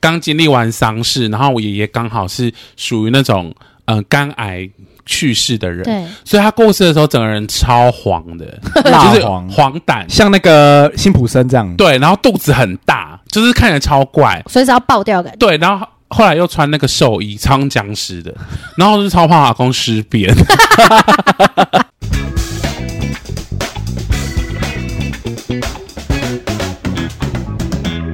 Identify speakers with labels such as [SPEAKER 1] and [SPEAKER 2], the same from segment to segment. [SPEAKER 1] 刚经历完丧事，然后我爷爷刚好是属于那种嗯、呃肝癌去世的人，
[SPEAKER 2] 对，
[SPEAKER 1] 所以他过世的时候整个人超黄的，
[SPEAKER 3] 蜡
[SPEAKER 1] 就是
[SPEAKER 3] 黄，
[SPEAKER 1] 黄疸，
[SPEAKER 3] 像那个辛普森这样，
[SPEAKER 1] 对，然后肚子很大，就是看起来超怪，
[SPEAKER 2] 随时要爆掉的感觉。
[SPEAKER 1] 对，然后。后来又穿那个寿衣，超僵尸的，然后我就超怕阿公尸变。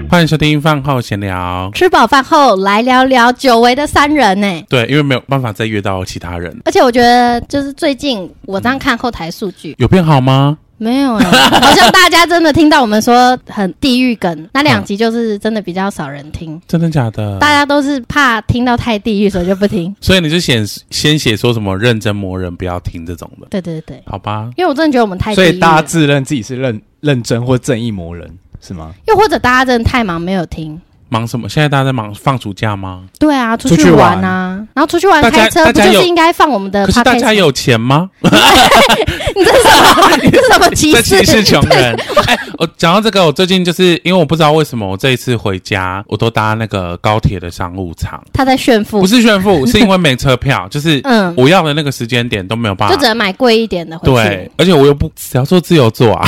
[SPEAKER 1] 欢迎收听饭后闲聊，
[SPEAKER 2] 吃饱饭后来聊聊久违的三人呢、
[SPEAKER 1] 对，因为没有办法再约到其他人，
[SPEAKER 2] 而且我觉得就是最近我这样看后台数据，
[SPEAKER 1] 有变好吗？
[SPEAKER 2] 没有哎、 好像大家真的听到我们说很地狱梗，那两集就是真的比较少人听，
[SPEAKER 1] 真的假的？
[SPEAKER 2] 大家都是怕听到太地狱，所以就不听。
[SPEAKER 1] 所以你就写先写说什么认真磨人，不要听这种的，
[SPEAKER 2] 对对对，
[SPEAKER 1] 好吧？
[SPEAKER 2] 因为我真的觉得我们太地
[SPEAKER 3] 所
[SPEAKER 2] 狱
[SPEAKER 3] 以大家
[SPEAKER 2] 了，
[SPEAKER 3] 自认自己是认认真或正义魔人是吗？
[SPEAKER 2] 又或者大家真的太忙没有听。
[SPEAKER 1] 忙什么？现在大家在忙放暑假吗？
[SPEAKER 2] 对啊，出
[SPEAKER 3] 出去
[SPEAKER 2] 去
[SPEAKER 3] 玩
[SPEAKER 2] 玩啊，然后出去玩
[SPEAKER 1] 大家
[SPEAKER 2] 开车，
[SPEAKER 1] 大
[SPEAKER 2] 不
[SPEAKER 1] 家
[SPEAKER 2] 就
[SPEAKER 1] 有
[SPEAKER 2] 是应该放我们
[SPEAKER 1] 可
[SPEAKER 2] 的 p
[SPEAKER 1] 是
[SPEAKER 2] o d
[SPEAKER 1] 大家有钱吗？
[SPEAKER 2] 你这是 什么？你这是什么歧
[SPEAKER 1] 在
[SPEAKER 2] 视？
[SPEAKER 1] 歧视穷人。哎、我讲到这个，我最近就是因为我不知道为什么我这一次回家，我都搭那个高铁的商务舱，
[SPEAKER 2] 他在炫富
[SPEAKER 1] 不，是炫富，是因为没车票，就是
[SPEAKER 2] 嗯，
[SPEAKER 1] 我要的那个时间点都没有办
[SPEAKER 2] 就只
[SPEAKER 1] 法。
[SPEAKER 2] 能买贵一点的回去
[SPEAKER 1] 对。，而且我又不只要做自由座啊，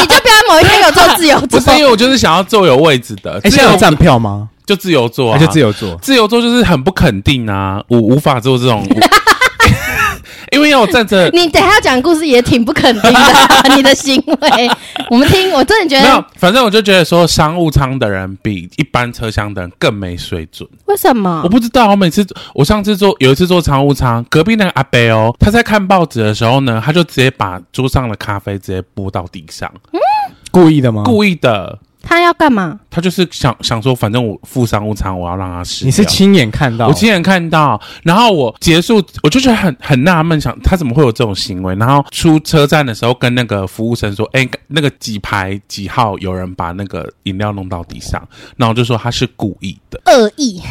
[SPEAKER 2] 你就不要某一天有做自由
[SPEAKER 1] 不
[SPEAKER 2] 座
[SPEAKER 1] 是因为我就是想要坐有位置的，
[SPEAKER 3] 哎，
[SPEAKER 1] 自
[SPEAKER 3] 现
[SPEAKER 1] 由
[SPEAKER 3] 在有站票吗？
[SPEAKER 1] 就自由座
[SPEAKER 3] 那
[SPEAKER 1] 啊，
[SPEAKER 3] 就自由座，
[SPEAKER 1] 自由座就是很不肯定啊，我无法做这 种，我因为要我站着，
[SPEAKER 2] 你等一下要讲的故事也挺不肯 定的，你的行为，我们听，我真的觉
[SPEAKER 1] 没有
[SPEAKER 2] 得，
[SPEAKER 1] 反正我就觉得说商务舱的人比一般车厢的人更没水准。
[SPEAKER 2] 为什么
[SPEAKER 1] 我？不知道，我每次我上次坐有一次坐商务舱，隔壁那个阿伯哦，他在看报纸的时候呢，他就直接把桌上的咖啡直接泼到地上，
[SPEAKER 2] 嗯
[SPEAKER 3] 故意的吗？
[SPEAKER 1] 故意的。
[SPEAKER 2] 他要干嘛？
[SPEAKER 1] 他就是想想说，反正我付商务舱，我要让他试。
[SPEAKER 3] 你是亲眼看到？
[SPEAKER 1] 我亲眼看到，然后我结束，我就觉得很很纳闷，想他怎么会有这种行为？然后出车站的时候，跟那个服务生说：“哎、那个几排几号有人把那个饮料弄到地上。”然后我就说他是故意的，
[SPEAKER 2] 恶意，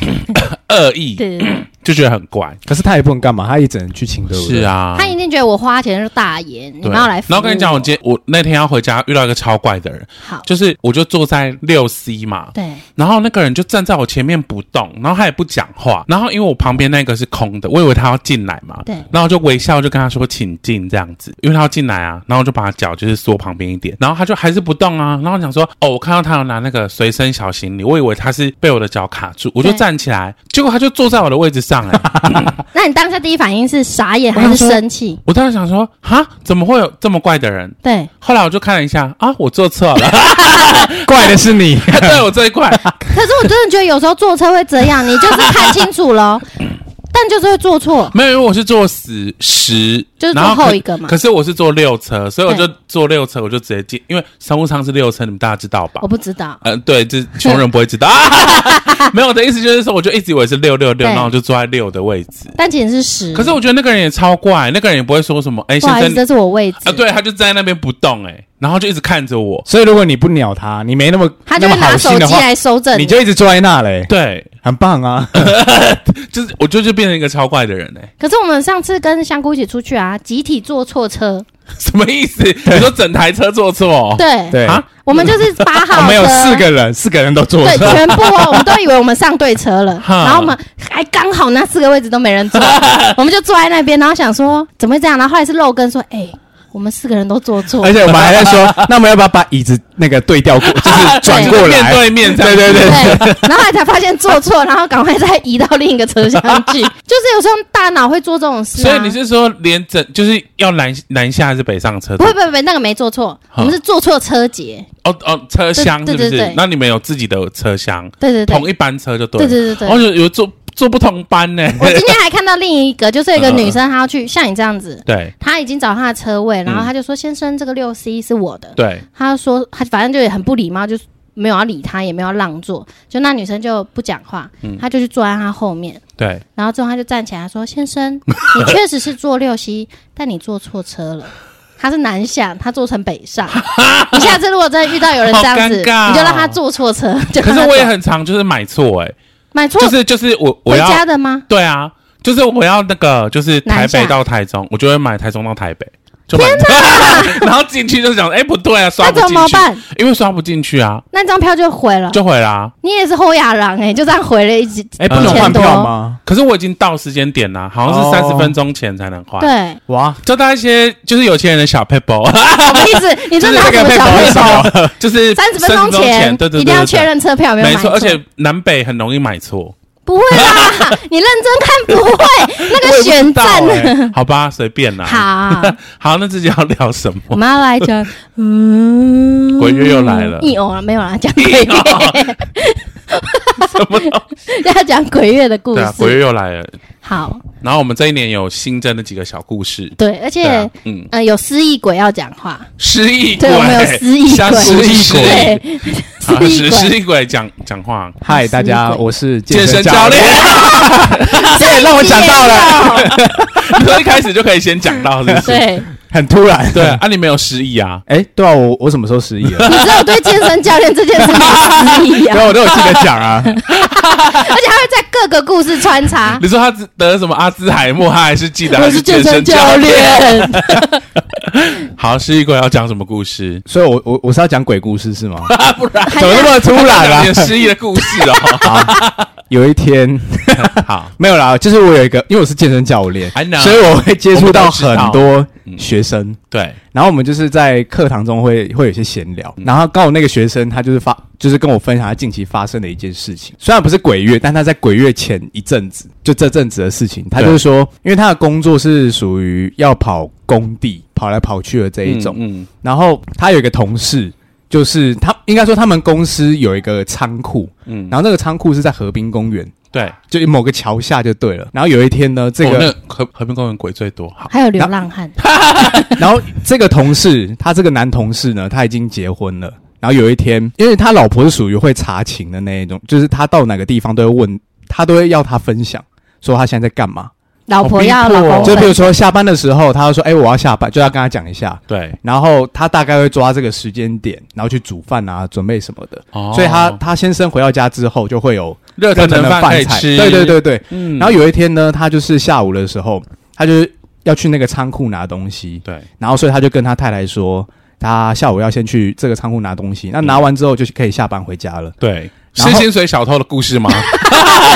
[SPEAKER 1] 恶意，
[SPEAKER 2] 对对对，
[SPEAKER 1] 就觉得很怪。
[SPEAKER 3] 可是他也不能干嘛，他也只能去亲，对不对？
[SPEAKER 1] 是，啊，
[SPEAKER 2] 他一定觉得我花钱是大爷，你
[SPEAKER 1] 对，
[SPEAKER 2] 们要来服务，
[SPEAKER 1] 然后跟你讲，我今天我那天要回家遇到一个超怪的人，
[SPEAKER 2] 好，
[SPEAKER 1] 就是我就坐在六 C 嘛，
[SPEAKER 2] 对，
[SPEAKER 1] 然后那个人就站在我前面不动，然后他也不讲话，然后因为我旁边那个是空的，我以为他要进来嘛，
[SPEAKER 2] 对
[SPEAKER 1] 然后我就微笑就跟他说请进这样子，因为他要进来啊，然后我就把脚就是缩旁边一点，然后他就还是不动啊，然后我想说哦，我看到他有拿那个随身小行李，我以为他是被我的脚卡住，我就
[SPEAKER 2] 对
[SPEAKER 1] 站起来，结果他就坐在我的位置上哎、
[SPEAKER 2] 那你当下第一反应是傻眼
[SPEAKER 1] 我想
[SPEAKER 2] 还是
[SPEAKER 1] 说
[SPEAKER 2] 生气？
[SPEAKER 1] 我当时想说哈，怎么会有这么怪的人？
[SPEAKER 2] 对，
[SPEAKER 1] 后来我就看了一下啊，我坐错了。
[SPEAKER 3] 怪的是你。
[SPEAKER 1] 他对我这一块，
[SPEAKER 2] 可是我真的觉得有时候坐车会这 样，你就是看清楚咯，但就是会坐错，
[SPEAKER 1] 没有，因为我是坐十十，
[SPEAKER 2] 就是
[SPEAKER 1] 然
[SPEAKER 2] 坐
[SPEAKER 1] 可
[SPEAKER 2] 后一个嘛
[SPEAKER 1] 可。是我是坐六车，所以我就坐六车，我就直接进，因为商务舱是六车，你们大家知道吧
[SPEAKER 2] 我？不知道，
[SPEAKER 1] 嗯、对，这穷人不会知道。 没有我的意思就是说，我就一直以为是六六六，
[SPEAKER 2] 对嗯
[SPEAKER 1] 然后我就坐在六的位置。
[SPEAKER 2] 但其实是十。
[SPEAKER 1] 可是我觉得那个人也超怪，那个人也不会说什么，哎、
[SPEAKER 2] 不好意
[SPEAKER 1] 先
[SPEAKER 2] 思，
[SPEAKER 1] 生，
[SPEAKER 2] 这是我位置。
[SPEAKER 1] 啊，对，他就站在那边不动、哎，然后就一直看着我，
[SPEAKER 3] 所以如果你不鸟他，你没那么
[SPEAKER 2] 他
[SPEAKER 3] 那
[SPEAKER 2] 就
[SPEAKER 3] 么
[SPEAKER 2] 会拿
[SPEAKER 3] 好
[SPEAKER 2] 手
[SPEAKER 3] 心的
[SPEAKER 2] 机
[SPEAKER 3] 话，
[SPEAKER 2] 来收证
[SPEAKER 3] 你就一直坐在那嘞，
[SPEAKER 1] 对，
[SPEAKER 3] 很 棒啊！
[SPEAKER 1] 就是我就就变成一个超怪的人、哎，
[SPEAKER 2] 可是我们上次跟香菇一起出去啊，集体坐错车。
[SPEAKER 1] 什么意思？你说整台车坐错？
[SPEAKER 2] 对，
[SPEAKER 3] 哦对，哦
[SPEAKER 1] 啊
[SPEAKER 2] 我们就是八号车，
[SPEAKER 3] 我们有四个人，四个人都坐
[SPEAKER 2] 对，
[SPEAKER 3] 错，
[SPEAKER 2] 全部哦，我们都以为我们上对车了，
[SPEAKER 1] 哈
[SPEAKER 2] 然后我们还刚好那四个位置都没人 坐，我们就坐在那边，然后想说怎么会这样，然后后来是肉根说，哎、我们四个人都坐错
[SPEAKER 3] 而，且我们还在说， 那我们要不要把椅子那个对调过，就是转过
[SPEAKER 1] 面
[SPEAKER 3] 来？
[SPEAKER 1] 对面这样
[SPEAKER 3] 对
[SPEAKER 1] 子，
[SPEAKER 3] 对对，
[SPEAKER 2] 对，然后后来才发现坐 错，然后赶快再移到另一个车厢去，就是有时候大脑会做这种事、啊，
[SPEAKER 1] 所以你是说连整就是要南南下还是北上车
[SPEAKER 2] 不？会不会不会，那个没坐错，
[SPEAKER 1] 好
[SPEAKER 2] 我们是坐错车节，
[SPEAKER 1] 哦哦，车厢是
[SPEAKER 2] 对
[SPEAKER 1] 不
[SPEAKER 2] 对对
[SPEAKER 1] 是
[SPEAKER 2] 对？
[SPEAKER 1] 那你们有自己的车厢，
[SPEAKER 2] 对对对
[SPEAKER 1] 同，一班车就对
[SPEAKER 2] 对
[SPEAKER 1] 了。
[SPEAKER 2] 对对对
[SPEAKER 1] 哦，。有有坐坐不同班呢。
[SPEAKER 2] 我今天还看到另一个，就是有一个女生，她要去像你这样子，
[SPEAKER 1] 对
[SPEAKER 2] 她已经找她的车位，然后
[SPEAKER 1] 嗯
[SPEAKER 2] 她就说：“先生，这个六 C 是我的。
[SPEAKER 1] 对，”
[SPEAKER 2] 她说：“她反正就也很不礼貌，就是没有要理她，也没有要让座。”就那女生就不讲话，
[SPEAKER 1] 嗯
[SPEAKER 2] 她就去坐在她后面，
[SPEAKER 1] 对，
[SPEAKER 2] 然后之后她就站起来说：“先 生，你确实是坐六 C，但你坐错车了。”她是南下，她坐成北 上。你下次如果真的遇到有人这样子，
[SPEAKER 1] 好尴尬哦
[SPEAKER 2] 你就让她坐错车。就
[SPEAKER 1] 可
[SPEAKER 2] 让
[SPEAKER 1] 是
[SPEAKER 2] 她
[SPEAKER 1] 我也
[SPEAKER 2] 走
[SPEAKER 1] 很常就是买错哎，
[SPEAKER 2] 买错
[SPEAKER 1] 就是就是我我
[SPEAKER 2] 回
[SPEAKER 1] 要
[SPEAKER 2] 家的吗？
[SPEAKER 1] 对啊，就是我要那个就是台
[SPEAKER 2] 南下
[SPEAKER 1] 北到台中，我就会买台中到台北。就满座， 然后进去就想，哎、不对啊，刷
[SPEAKER 2] 那
[SPEAKER 1] 不
[SPEAKER 2] 怎
[SPEAKER 1] 进
[SPEAKER 2] 么
[SPEAKER 1] 去，
[SPEAKER 2] 办？
[SPEAKER 1] 因为刷不进去啊，
[SPEAKER 2] 那张票就毁了。
[SPEAKER 1] 就啊毁啦、
[SPEAKER 2] 你也是后亚郎哎，就这样毁了一几
[SPEAKER 3] 哎，不
[SPEAKER 1] 嗯
[SPEAKER 2] 一
[SPEAKER 3] 能
[SPEAKER 2] 千
[SPEAKER 3] 换
[SPEAKER 2] 多
[SPEAKER 3] 票吗？
[SPEAKER 1] 可是我已经到时间点啦，好像是
[SPEAKER 3] 哦
[SPEAKER 1] 三十分钟前才能换。，
[SPEAKER 2] 对，
[SPEAKER 3] 哇，
[SPEAKER 1] 教大家一些就是有钱人的小 paper，
[SPEAKER 2] 什么意思？你
[SPEAKER 1] 就
[SPEAKER 2] 这
[SPEAKER 1] 是
[SPEAKER 2] 拿
[SPEAKER 1] 那
[SPEAKER 2] 什
[SPEAKER 1] 个
[SPEAKER 2] 么小配包？
[SPEAKER 1] paper，就是
[SPEAKER 2] 三十分钟
[SPEAKER 1] 前，对对对，
[SPEAKER 2] 一定要
[SPEAKER 1] 对
[SPEAKER 2] 确。认车票有
[SPEAKER 1] 对
[SPEAKER 2] 没有
[SPEAKER 1] 没
[SPEAKER 2] 买
[SPEAKER 1] 错，而且南北很容易买错。
[SPEAKER 2] 不会啦， 你认真看不会， 那个选
[SPEAKER 1] 我
[SPEAKER 2] 战
[SPEAKER 1] 也不知道 欸好吧，随便啦。，
[SPEAKER 2] 好，
[SPEAKER 1] 好，那自己要聊什
[SPEAKER 2] 我
[SPEAKER 1] 么？
[SPEAKER 2] 们要来讲，嗯，
[SPEAKER 1] 鬼月又来了
[SPEAKER 2] 一偶啊，没有啦，讲鬼
[SPEAKER 1] 屁
[SPEAKER 2] 月
[SPEAKER 1] 哦，什么东西？
[SPEAKER 2] 要讲鬼月的故
[SPEAKER 1] 对啊，鬼
[SPEAKER 2] 事。
[SPEAKER 1] 月又来了。
[SPEAKER 2] 好，
[SPEAKER 1] 然后我们这一年有新增的几个小故事，
[SPEAKER 2] 对，而
[SPEAKER 1] 对啊
[SPEAKER 2] 且，
[SPEAKER 1] 嗯，
[SPEAKER 2] 呃，有失忆鬼要讲话，
[SPEAKER 1] 失忆鬼，
[SPEAKER 2] 对我们有失忆
[SPEAKER 1] 像
[SPEAKER 2] 鬼
[SPEAKER 1] 失忆
[SPEAKER 3] 失
[SPEAKER 1] 鬼，
[SPEAKER 3] 忆
[SPEAKER 2] 对，
[SPEAKER 1] 啊
[SPEAKER 2] 失
[SPEAKER 1] 失
[SPEAKER 2] 忆
[SPEAKER 1] 失
[SPEAKER 2] 鬼，
[SPEAKER 1] 忆鬼讲讲话，
[SPEAKER 3] 嗨，大家，
[SPEAKER 2] 死鬼
[SPEAKER 3] 我是
[SPEAKER 1] 健身教
[SPEAKER 3] 教
[SPEAKER 1] 练，，
[SPEAKER 3] 对，让我讲到了，
[SPEAKER 2] 了，
[SPEAKER 1] 你说一开始就可以先讲到，是不是？
[SPEAKER 2] 对，
[SPEAKER 3] 很突然，
[SPEAKER 1] 对，啊，你没有失忆啊，
[SPEAKER 3] 哎，对啊，我我什么时候失忆 了？
[SPEAKER 2] 你只有对健身教练这件事 情失忆
[SPEAKER 3] 对
[SPEAKER 2] 啊，
[SPEAKER 3] 啊，我都有记得讲啊，
[SPEAKER 2] 而且还会在各个故事穿插。
[SPEAKER 1] 你说他得什么阿兹海默，他还是记得他健身
[SPEAKER 2] 我是
[SPEAKER 1] 练。
[SPEAKER 2] 健身 教练，
[SPEAKER 1] 好，失忆鬼要讲什么故 事？
[SPEAKER 3] 所以我我我是要讲鬼故 事是吗？
[SPEAKER 2] 还
[SPEAKER 3] 怎么那么突然
[SPEAKER 1] 讲
[SPEAKER 3] 啊
[SPEAKER 1] 你？的失忆的故事哦。
[SPEAKER 3] 有一天
[SPEAKER 1] 好，
[SPEAKER 3] 没有啦，就是我有一个，因为我是健身教练
[SPEAKER 1] I know，
[SPEAKER 3] 所以我会接触到
[SPEAKER 1] 我们都知道
[SPEAKER 3] 很多
[SPEAKER 1] 嗯
[SPEAKER 3] 学生。
[SPEAKER 1] 对，
[SPEAKER 3] 然后我们就是在课堂中会会有一些闲聊，
[SPEAKER 1] 嗯
[SPEAKER 3] 然后刚好那个学生他就是发就是跟我分享他近期发生的一件事情，虽然不是鬼月，但他在鬼月前一阵子就这阵子的事情，他就是说，因为他的工作是属于要跑工地跑来跑去的这一种，
[SPEAKER 1] 嗯，嗯
[SPEAKER 3] 然后他有一个同事，就是他应该说他们公司有一个仓库，
[SPEAKER 1] 嗯
[SPEAKER 3] 嗯，然后那个仓库是在河滨公园，
[SPEAKER 1] 对，
[SPEAKER 3] 就某个桥下就对了。然后有一天呢，这
[SPEAKER 1] 哦
[SPEAKER 3] 个、
[SPEAKER 1] 那河河滨公园鬼最多，好，
[SPEAKER 2] 还有流浪汉，
[SPEAKER 3] 然后这个同事，他这个男同事呢，他已经结婚了。然后有一天，因为他老婆是属于会查情的那一种，就是他到哪个地方都会问，他都会要他分享，说他现在在干嘛。
[SPEAKER 2] 老婆要
[SPEAKER 1] 好逼
[SPEAKER 2] 老
[SPEAKER 1] 迫哦
[SPEAKER 2] 公
[SPEAKER 3] 就比
[SPEAKER 2] 分
[SPEAKER 3] 如说下班的时候，他就说：“哎、我要下班。”就要跟他讲一下。
[SPEAKER 1] 对，
[SPEAKER 3] 然后他大概会抓这个时间点，然后去煮饭啊，准备什么的。
[SPEAKER 1] 哦
[SPEAKER 3] 所以他他先生回到家之后，就会有
[SPEAKER 1] 热腾
[SPEAKER 3] 热腾
[SPEAKER 1] 腾
[SPEAKER 3] 的
[SPEAKER 1] 饭可以
[SPEAKER 3] 菜。
[SPEAKER 1] 吃，
[SPEAKER 3] 对对，对对。
[SPEAKER 1] 嗯
[SPEAKER 3] 然后有一天呢，他就是下午的时候，他就是要去那个仓库拿东西。
[SPEAKER 1] 对，。
[SPEAKER 3] 然后所以他就跟他太太说，他下午要先去这个仓库拿东西，那拿完之后就可以下班回家了
[SPEAKER 1] 对，
[SPEAKER 3] 然
[SPEAKER 1] 是
[SPEAKER 3] 后
[SPEAKER 1] 薪水小偷的故 事吗？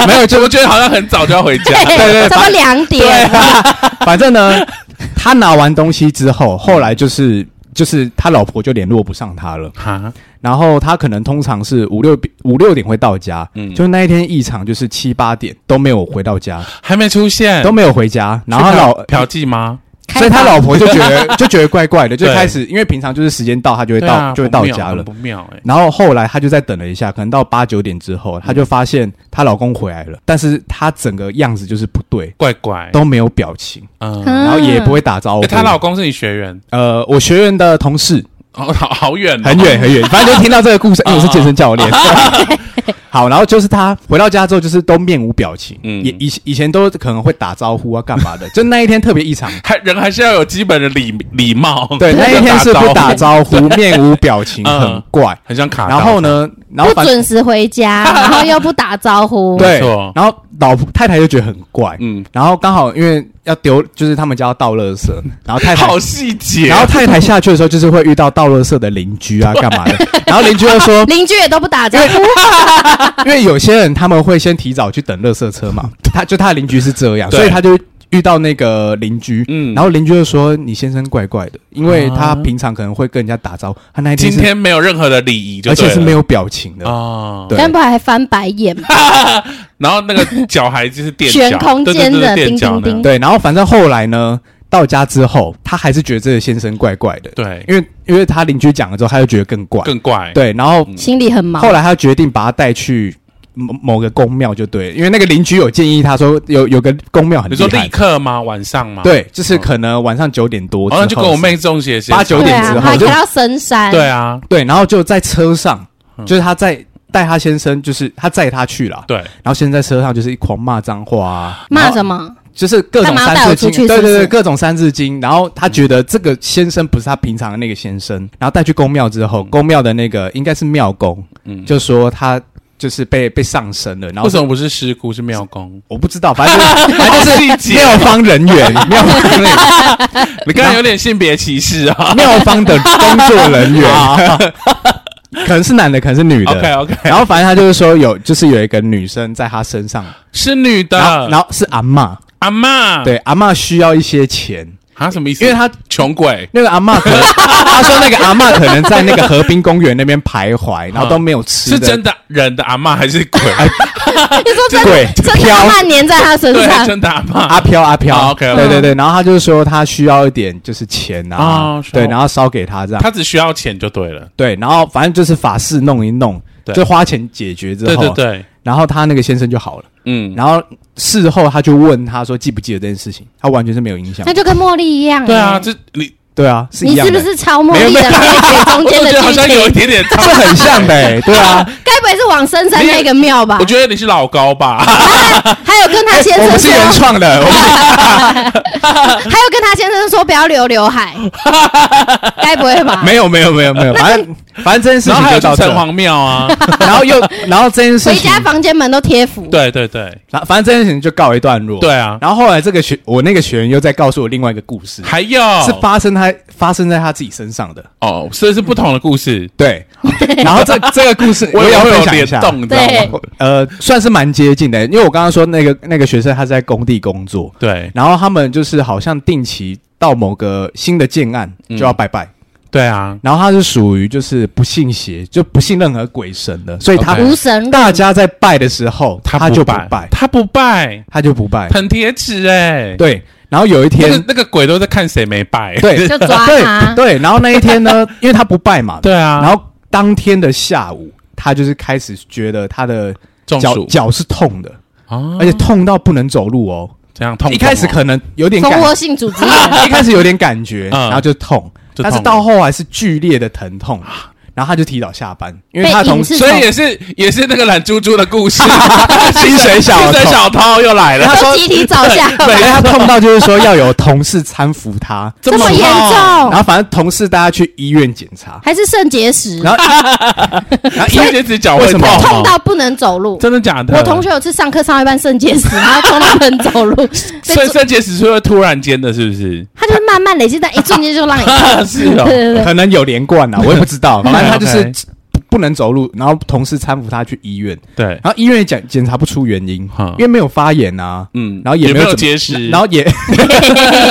[SPEAKER 1] 没有，就我觉得好像很早就要回家。
[SPEAKER 2] 对
[SPEAKER 3] 对对
[SPEAKER 2] 差不多两点，
[SPEAKER 3] 反正呢，他拿完东西之后，后来就是就是他老婆就联络不上他了，
[SPEAKER 1] 哈，
[SPEAKER 3] 然后他可能通常是五六五六点会到家，
[SPEAKER 1] 嗯
[SPEAKER 3] 就那一天异常就是七八点都没有回到 家，
[SPEAKER 1] 还没出现，
[SPEAKER 3] 都没有回家，然后他
[SPEAKER 1] 是
[SPEAKER 3] 老
[SPEAKER 1] 嫖嫖妓吗？
[SPEAKER 3] 所以他老婆就觉得 就觉得怪怪的，就
[SPEAKER 1] 对
[SPEAKER 3] 开始因为平常就是时间到他就会
[SPEAKER 1] 对
[SPEAKER 3] 到、
[SPEAKER 1] 啊
[SPEAKER 3] 就会
[SPEAKER 1] 不
[SPEAKER 3] 到
[SPEAKER 1] 妙
[SPEAKER 3] 家
[SPEAKER 1] 很
[SPEAKER 3] 了，
[SPEAKER 1] 不妙哎。
[SPEAKER 3] 然后后来她就再等了一下，可能到八九点之后，她就发现她老公回来了，但是她整个样子就是不对，
[SPEAKER 1] 怪怪，
[SPEAKER 3] 都没有表情，
[SPEAKER 1] 嗯，
[SPEAKER 2] 嗯
[SPEAKER 1] 欸
[SPEAKER 3] 然后也不会打招呼。
[SPEAKER 1] 她哎老公是你学员，
[SPEAKER 3] 呃，我学员的同事
[SPEAKER 1] 哦，好好远哦，
[SPEAKER 3] 很远很远，反正就听到这个故事，因为哎我是健身教练。好，然后就是她回到家之后，就是都面无表情，
[SPEAKER 1] 嗯
[SPEAKER 3] 也以以前都可能会打招呼啊，干嘛的， 就那一天特别异常。
[SPEAKER 1] 还人还是要有基本的礼礼貌。
[SPEAKER 3] 对，那 一天是不打
[SPEAKER 1] 打招
[SPEAKER 3] 招呼，面无表情，
[SPEAKER 1] 嗯
[SPEAKER 3] 很怪。
[SPEAKER 1] 呼，很像卡。
[SPEAKER 3] 然后？呢，然后
[SPEAKER 2] 不
[SPEAKER 3] 反
[SPEAKER 2] 准时回 家，然后又不打招呼，，
[SPEAKER 3] 对
[SPEAKER 1] 没错，
[SPEAKER 3] 然后老婆太太就觉得很怪，
[SPEAKER 1] 嗯，
[SPEAKER 3] 然后刚好因为要丢，就是他们家要倒 垃圾，然后太太，
[SPEAKER 1] 好细节。
[SPEAKER 3] 然后太太下去的时候，就是会遇到倒垃圾的邻居 啊，干嘛的？然后邻居又说
[SPEAKER 2] 邻居也都不打招呼，
[SPEAKER 3] 因为有些人他们会先提早去等垃圾车嘛，他就他的邻居是这样，
[SPEAKER 1] 对
[SPEAKER 3] 所以他就遇到那个邻居，
[SPEAKER 1] 嗯
[SPEAKER 3] 然后邻居就说你先生怪怪的，因为
[SPEAKER 1] 啊
[SPEAKER 3] 他平常可能会跟人家打招呼，他那一
[SPEAKER 1] 今
[SPEAKER 3] 是
[SPEAKER 1] 天没有任何的礼仪，就
[SPEAKER 3] 而且是没
[SPEAKER 1] 有
[SPEAKER 3] 有表情的，
[SPEAKER 1] 哦。
[SPEAKER 3] 对
[SPEAKER 2] 但不还翻白眼，
[SPEAKER 1] 然后那个脚还就是垫脚，
[SPEAKER 2] 悬空
[SPEAKER 1] 对
[SPEAKER 2] 间的
[SPEAKER 1] 对对对垫脚
[SPEAKER 2] 叮叮
[SPEAKER 1] 呢
[SPEAKER 2] 叮
[SPEAKER 3] 对，然后反正后来呢，到家之后，他还是觉得这个先生怪怪的，
[SPEAKER 1] 对，
[SPEAKER 3] 因为因为他邻居讲了之后，他就觉得更怪，
[SPEAKER 1] 更怪。嗯
[SPEAKER 3] 对，然后
[SPEAKER 2] 心里很毛
[SPEAKER 3] 嗯后。来他决定把他带去某某个宫庙，就对了，因为那个邻居有建议他说有有个宫庙很
[SPEAKER 1] 你
[SPEAKER 3] 厉
[SPEAKER 1] 说立
[SPEAKER 3] 害，
[SPEAKER 1] 刻吗？晚上吗？，
[SPEAKER 3] 对，就是可能晚上九点多之
[SPEAKER 1] 好像
[SPEAKER 3] 后，
[SPEAKER 1] 就跟我妹中邪先
[SPEAKER 3] 八九
[SPEAKER 2] 对
[SPEAKER 3] 点
[SPEAKER 2] 啊
[SPEAKER 3] 之，后
[SPEAKER 2] 还
[SPEAKER 3] 就
[SPEAKER 2] 开到深山，
[SPEAKER 1] 对啊，
[SPEAKER 3] 对，然后就在车上
[SPEAKER 1] 嗯，
[SPEAKER 3] 就是他在带他先生，就是他载他去了。
[SPEAKER 1] 对，
[SPEAKER 3] 然后先在车上就是一狂骂脏话啊，
[SPEAKER 2] 骂
[SPEAKER 3] 么？
[SPEAKER 2] 什么？
[SPEAKER 3] 就是各种
[SPEAKER 2] 干嘛
[SPEAKER 3] 三
[SPEAKER 2] 带我
[SPEAKER 3] 字
[SPEAKER 2] 出去
[SPEAKER 3] 经，对
[SPEAKER 2] 是
[SPEAKER 3] 对
[SPEAKER 2] 不是
[SPEAKER 3] 对，各种三字经。然后他觉得这个先生不是他平常的那
[SPEAKER 2] 嗯
[SPEAKER 3] 个先生，然后带去公庙之后，公庙的那个应该是庙公，
[SPEAKER 1] 嗯，
[SPEAKER 3] 就说他就是被被上身了，然后
[SPEAKER 1] 为什么不是师姑是庙 公？
[SPEAKER 3] 我不知道，反正 就是反正哎就是
[SPEAKER 1] 节
[SPEAKER 3] 妙方人员，妙方人员
[SPEAKER 1] 你刚才有点性别歧视啊。
[SPEAKER 3] 妙方的工作人 员，可能是男的，可能是女的。
[SPEAKER 1] OK OK，
[SPEAKER 3] 然后反正他就是说有，就是有一个女生在他身上，
[SPEAKER 1] 是女的，
[SPEAKER 2] 啊
[SPEAKER 3] 然后然后是阿嬷，
[SPEAKER 1] 阿
[SPEAKER 2] 嗯
[SPEAKER 1] 妈，
[SPEAKER 3] 对，阿嬷需要一些钱，
[SPEAKER 1] 啊，什么意思？
[SPEAKER 3] 因为她
[SPEAKER 1] 穷鬼，
[SPEAKER 3] 那个阿嬷 可能他说那个阿嬷可能在那个河滨公园那边徘徊，然后都没有吃
[SPEAKER 1] 是
[SPEAKER 3] 的，啊
[SPEAKER 1] 真的人的阿妈还是鬼？
[SPEAKER 2] 你说真
[SPEAKER 3] 鬼
[SPEAKER 2] 的真的
[SPEAKER 3] 飘
[SPEAKER 2] 阿妈粘在他身
[SPEAKER 1] 对，
[SPEAKER 2] 上，
[SPEAKER 1] 真的阿妈
[SPEAKER 3] 阿。飘阿飘、
[SPEAKER 1] 哦，OK，OK
[SPEAKER 3] 对对对，然后他就是说他需要一点就是钱啊，
[SPEAKER 1] 哦
[SPEAKER 3] 对，
[SPEAKER 1] 烧
[SPEAKER 3] 然后烧给他这样，
[SPEAKER 1] 他只需要钱就对了，
[SPEAKER 3] 对，然后反正就是法事弄一弄，
[SPEAKER 1] 对
[SPEAKER 3] 就花钱解决之
[SPEAKER 1] 对
[SPEAKER 3] 后，
[SPEAKER 1] 对对，
[SPEAKER 3] 然后他那个先生就好了，
[SPEAKER 1] 嗯，
[SPEAKER 3] 然后事后他就问他说记不记得这件事情，他完全是没有影响
[SPEAKER 2] 那，就跟茉莉一样。
[SPEAKER 1] 对啊，
[SPEAKER 2] 哎
[SPEAKER 1] 这你
[SPEAKER 3] 对啊，是一
[SPEAKER 2] 你
[SPEAKER 3] 样
[SPEAKER 2] 是
[SPEAKER 3] 的，
[SPEAKER 2] 不是抄茉莉的那个 中
[SPEAKER 1] 我
[SPEAKER 2] 间
[SPEAKER 1] 总
[SPEAKER 2] 的
[SPEAKER 1] 觉得好像
[SPEAKER 2] 剧
[SPEAKER 1] 有一
[SPEAKER 2] 情？
[SPEAKER 1] 点点差
[SPEAKER 3] 这很像的、 欸，对啊，
[SPEAKER 2] 该不会是往深山那个庙吧
[SPEAKER 1] 我？觉得你是老高 吧？
[SPEAKER 2] 还有跟他先
[SPEAKER 3] 我
[SPEAKER 2] 生啊
[SPEAKER 3] 们是
[SPEAKER 2] 说，
[SPEAKER 3] 原创的，我们
[SPEAKER 2] 还有跟他先生说不要留刘海，该不会吧？
[SPEAKER 3] 没有没有没有没有，反正反正这件事
[SPEAKER 1] 然后
[SPEAKER 3] 情
[SPEAKER 1] 还有
[SPEAKER 3] 就
[SPEAKER 1] 去
[SPEAKER 3] 到这
[SPEAKER 1] 城，隍庙 啊，
[SPEAKER 3] 然后又然后这件事
[SPEAKER 2] 回
[SPEAKER 3] 情
[SPEAKER 2] 家，房间门都贴符。
[SPEAKER 1] 对对对
[SPEAKER 3] 然后反正这件事情就告一段落，
[SPEAKER 1] 对。啊，哦
[SPEAKER 3] 然后后来这个学我那个学员又在告诉我另外一个故事，
[SPEAKER 1] 还有
[SPEAKER 3] 是发生他发生在他自己身上的，
[SPEAKER 1] 哦，所以是不同的故事，
[SPEAKER 3] 对。 然后这这个故事我也
[SPEAKER 1] 也
[SPEAKER 3] 要
[SPEAKER 1] 会
[SPEAKER 3] 分
[SPEAKER 1] 有
[SPEAKER 3] 享一
[SPEAKER 1] 联
[SPEAKER 3] 下，
[SPEAKER 1] 动，你知道吗？
[SPEAKER 3] 呃，算是蛮接近的，因为我刚刚说那个那个学生他是在工地工作，
[SPEAKER 1] 对
[SPEAKER 3] 然后他们就是好像定期到某个新的建案就要拜拜，
[SPEAKER 1] 对啊，
[SPEAKER 3] 然后他是属于就是不信邪，就不信任何鬼神的，所以他
[SPEAKER 1] OK
[SPEAKER 2] 无神论，
[SPEAKER 3] 大家在拜的时候，他
[SPEAKER 1] 不
[SPEAKER 3] 就不
[SPEAKER 1] 拜
[SPEAKER 3] 拜，，
[SPEAKER 1] 他不拜，
[SPEAKER 3] 他就不拜，
[SPEAKER 1] 很铁齿哎，
[SPEAKER 3] 对。然后有一
[SPEAKER 1] 那
[SPEAKER 3] 天
[SPEAKER 1] 个，那个鬼都在看谁没拜，
[SPEAKER 3] 对
[SPEAKER 2] 就抓
[SPEAKER 3] 对
[SPEAKER 2] 他。
[SPEAKER 3] 对，然后那一天呢，因为他不拜嘛，
[SPEAKER 1] 对啊，
[SPEAKER 3] 然后当天的下午，他就是开始觉得他的
[SPEAKER 1] 中
[SPEAKER 3] 脚
[SPEAKER 1] 暑
[SPEAKER 3] 脚是痛的，
[SPEAKER 1] 啊
[SPEAKER 3] 而且痛到不能走路哦。
[SPEAKER 1] 这样痛，啊
[SPEAKER 3] 一开始可能有点
[SPEAKER 2] 蜂
[SPEAKER 3] 感，
[SPEAKER 2] 窝性组织炎，
[SPEAKER 3] 一开始有点感觉，
[SPEAKER 1] 嗯
[SPEAKER 3] 然后就痛，
[SPEAKER 1] 就
[SPEAKER 3] 但是
[SPEAKER 1] 痛
[SPEAKER 3] 到后来是剧烈的疼痛，然后他就提早下班， 因为他的
[SPEAKER 2] 被
[SPEAKER 3] 同
[SPEAKER 2] 隐
[SPEAKER 3] 事
[SPEAKER 2] 是
[SPEAKER 1] 所以
[SPEAKER 2] 从
[SPEAKER 1] 也是也是那个懒猪猪的故事，
[SPEAKER 3] 薪水小
[SPEAKER 1] 薪水
[SPEAKER 3] 偷
[SPEAKER 1] 小偷又来了，
[SPEAKER 3] 他说
[SPEAKER 2] 都集体找下吧，
[SPEAKER 3] 对，因 为他痛到就是说要有同事搀扶他，
[SPEAKER 2] 这么
[SPEAKER 1] 痛
[SPEAKER 2] 严
[SPEAKER 3] 然
[SPEAKER 1] 哦
[SPEAKER 2] 重，
[SPEAKER 3] 后反正同事大家去医院检查，
[SPEAKER 2] 还是肾结石，
[SPEAKER 3] 然后然后医
[SPEAKER 1] 一
[SPEAKER 3] 院
[SPEAKER 1] 直只脚会
[SPEAKER 3] 为什么
[SPEAKER 1] 痛
[SPEAKER 2] 痛到不能走路。
[SPEAKER 1] 真的假的？
[SPEAKER 2] 我同学有次上课上一半肾结石，然后痛到不能走路，
[SPEAKER 1] 所
[SPEAKER 2] 所
[SPEAKER 1] 以
[SPEAKER 2] 以
[SPEAKER 1] 肾结石是会突然间的，是不是？。
[SPEAKER 2] 他就是慢慢累积，但一瞬间就让你 痛
[SPEAKER 1] 是 哦
[SPEAKER 2] 对对对，
[SPEAKER 3] 可能有连贯啊，我也不 知道，反正他就是
[SPEAKER 1] OK，OK
[SPEAKER 3] 不能走路，然后同事搀扶他去医院，
[SPEAKER 1] 对，
[SPEAKER 3] 然后医院也检检查不出原因，
[SPEAKER 1] 嗯
[SPEAKER 3] 因为没有发炎啊，
[SPEAKER 1] 嗯
[SPEAKER 3] 然后也
[SPEAKER 1] 也
[SPEAKER 3] 没
[SPEAKER 1] 没有
[SPEAKER 3] 怎么
[SPEAKER 1] 结石
[SPEAKER 3] 然后也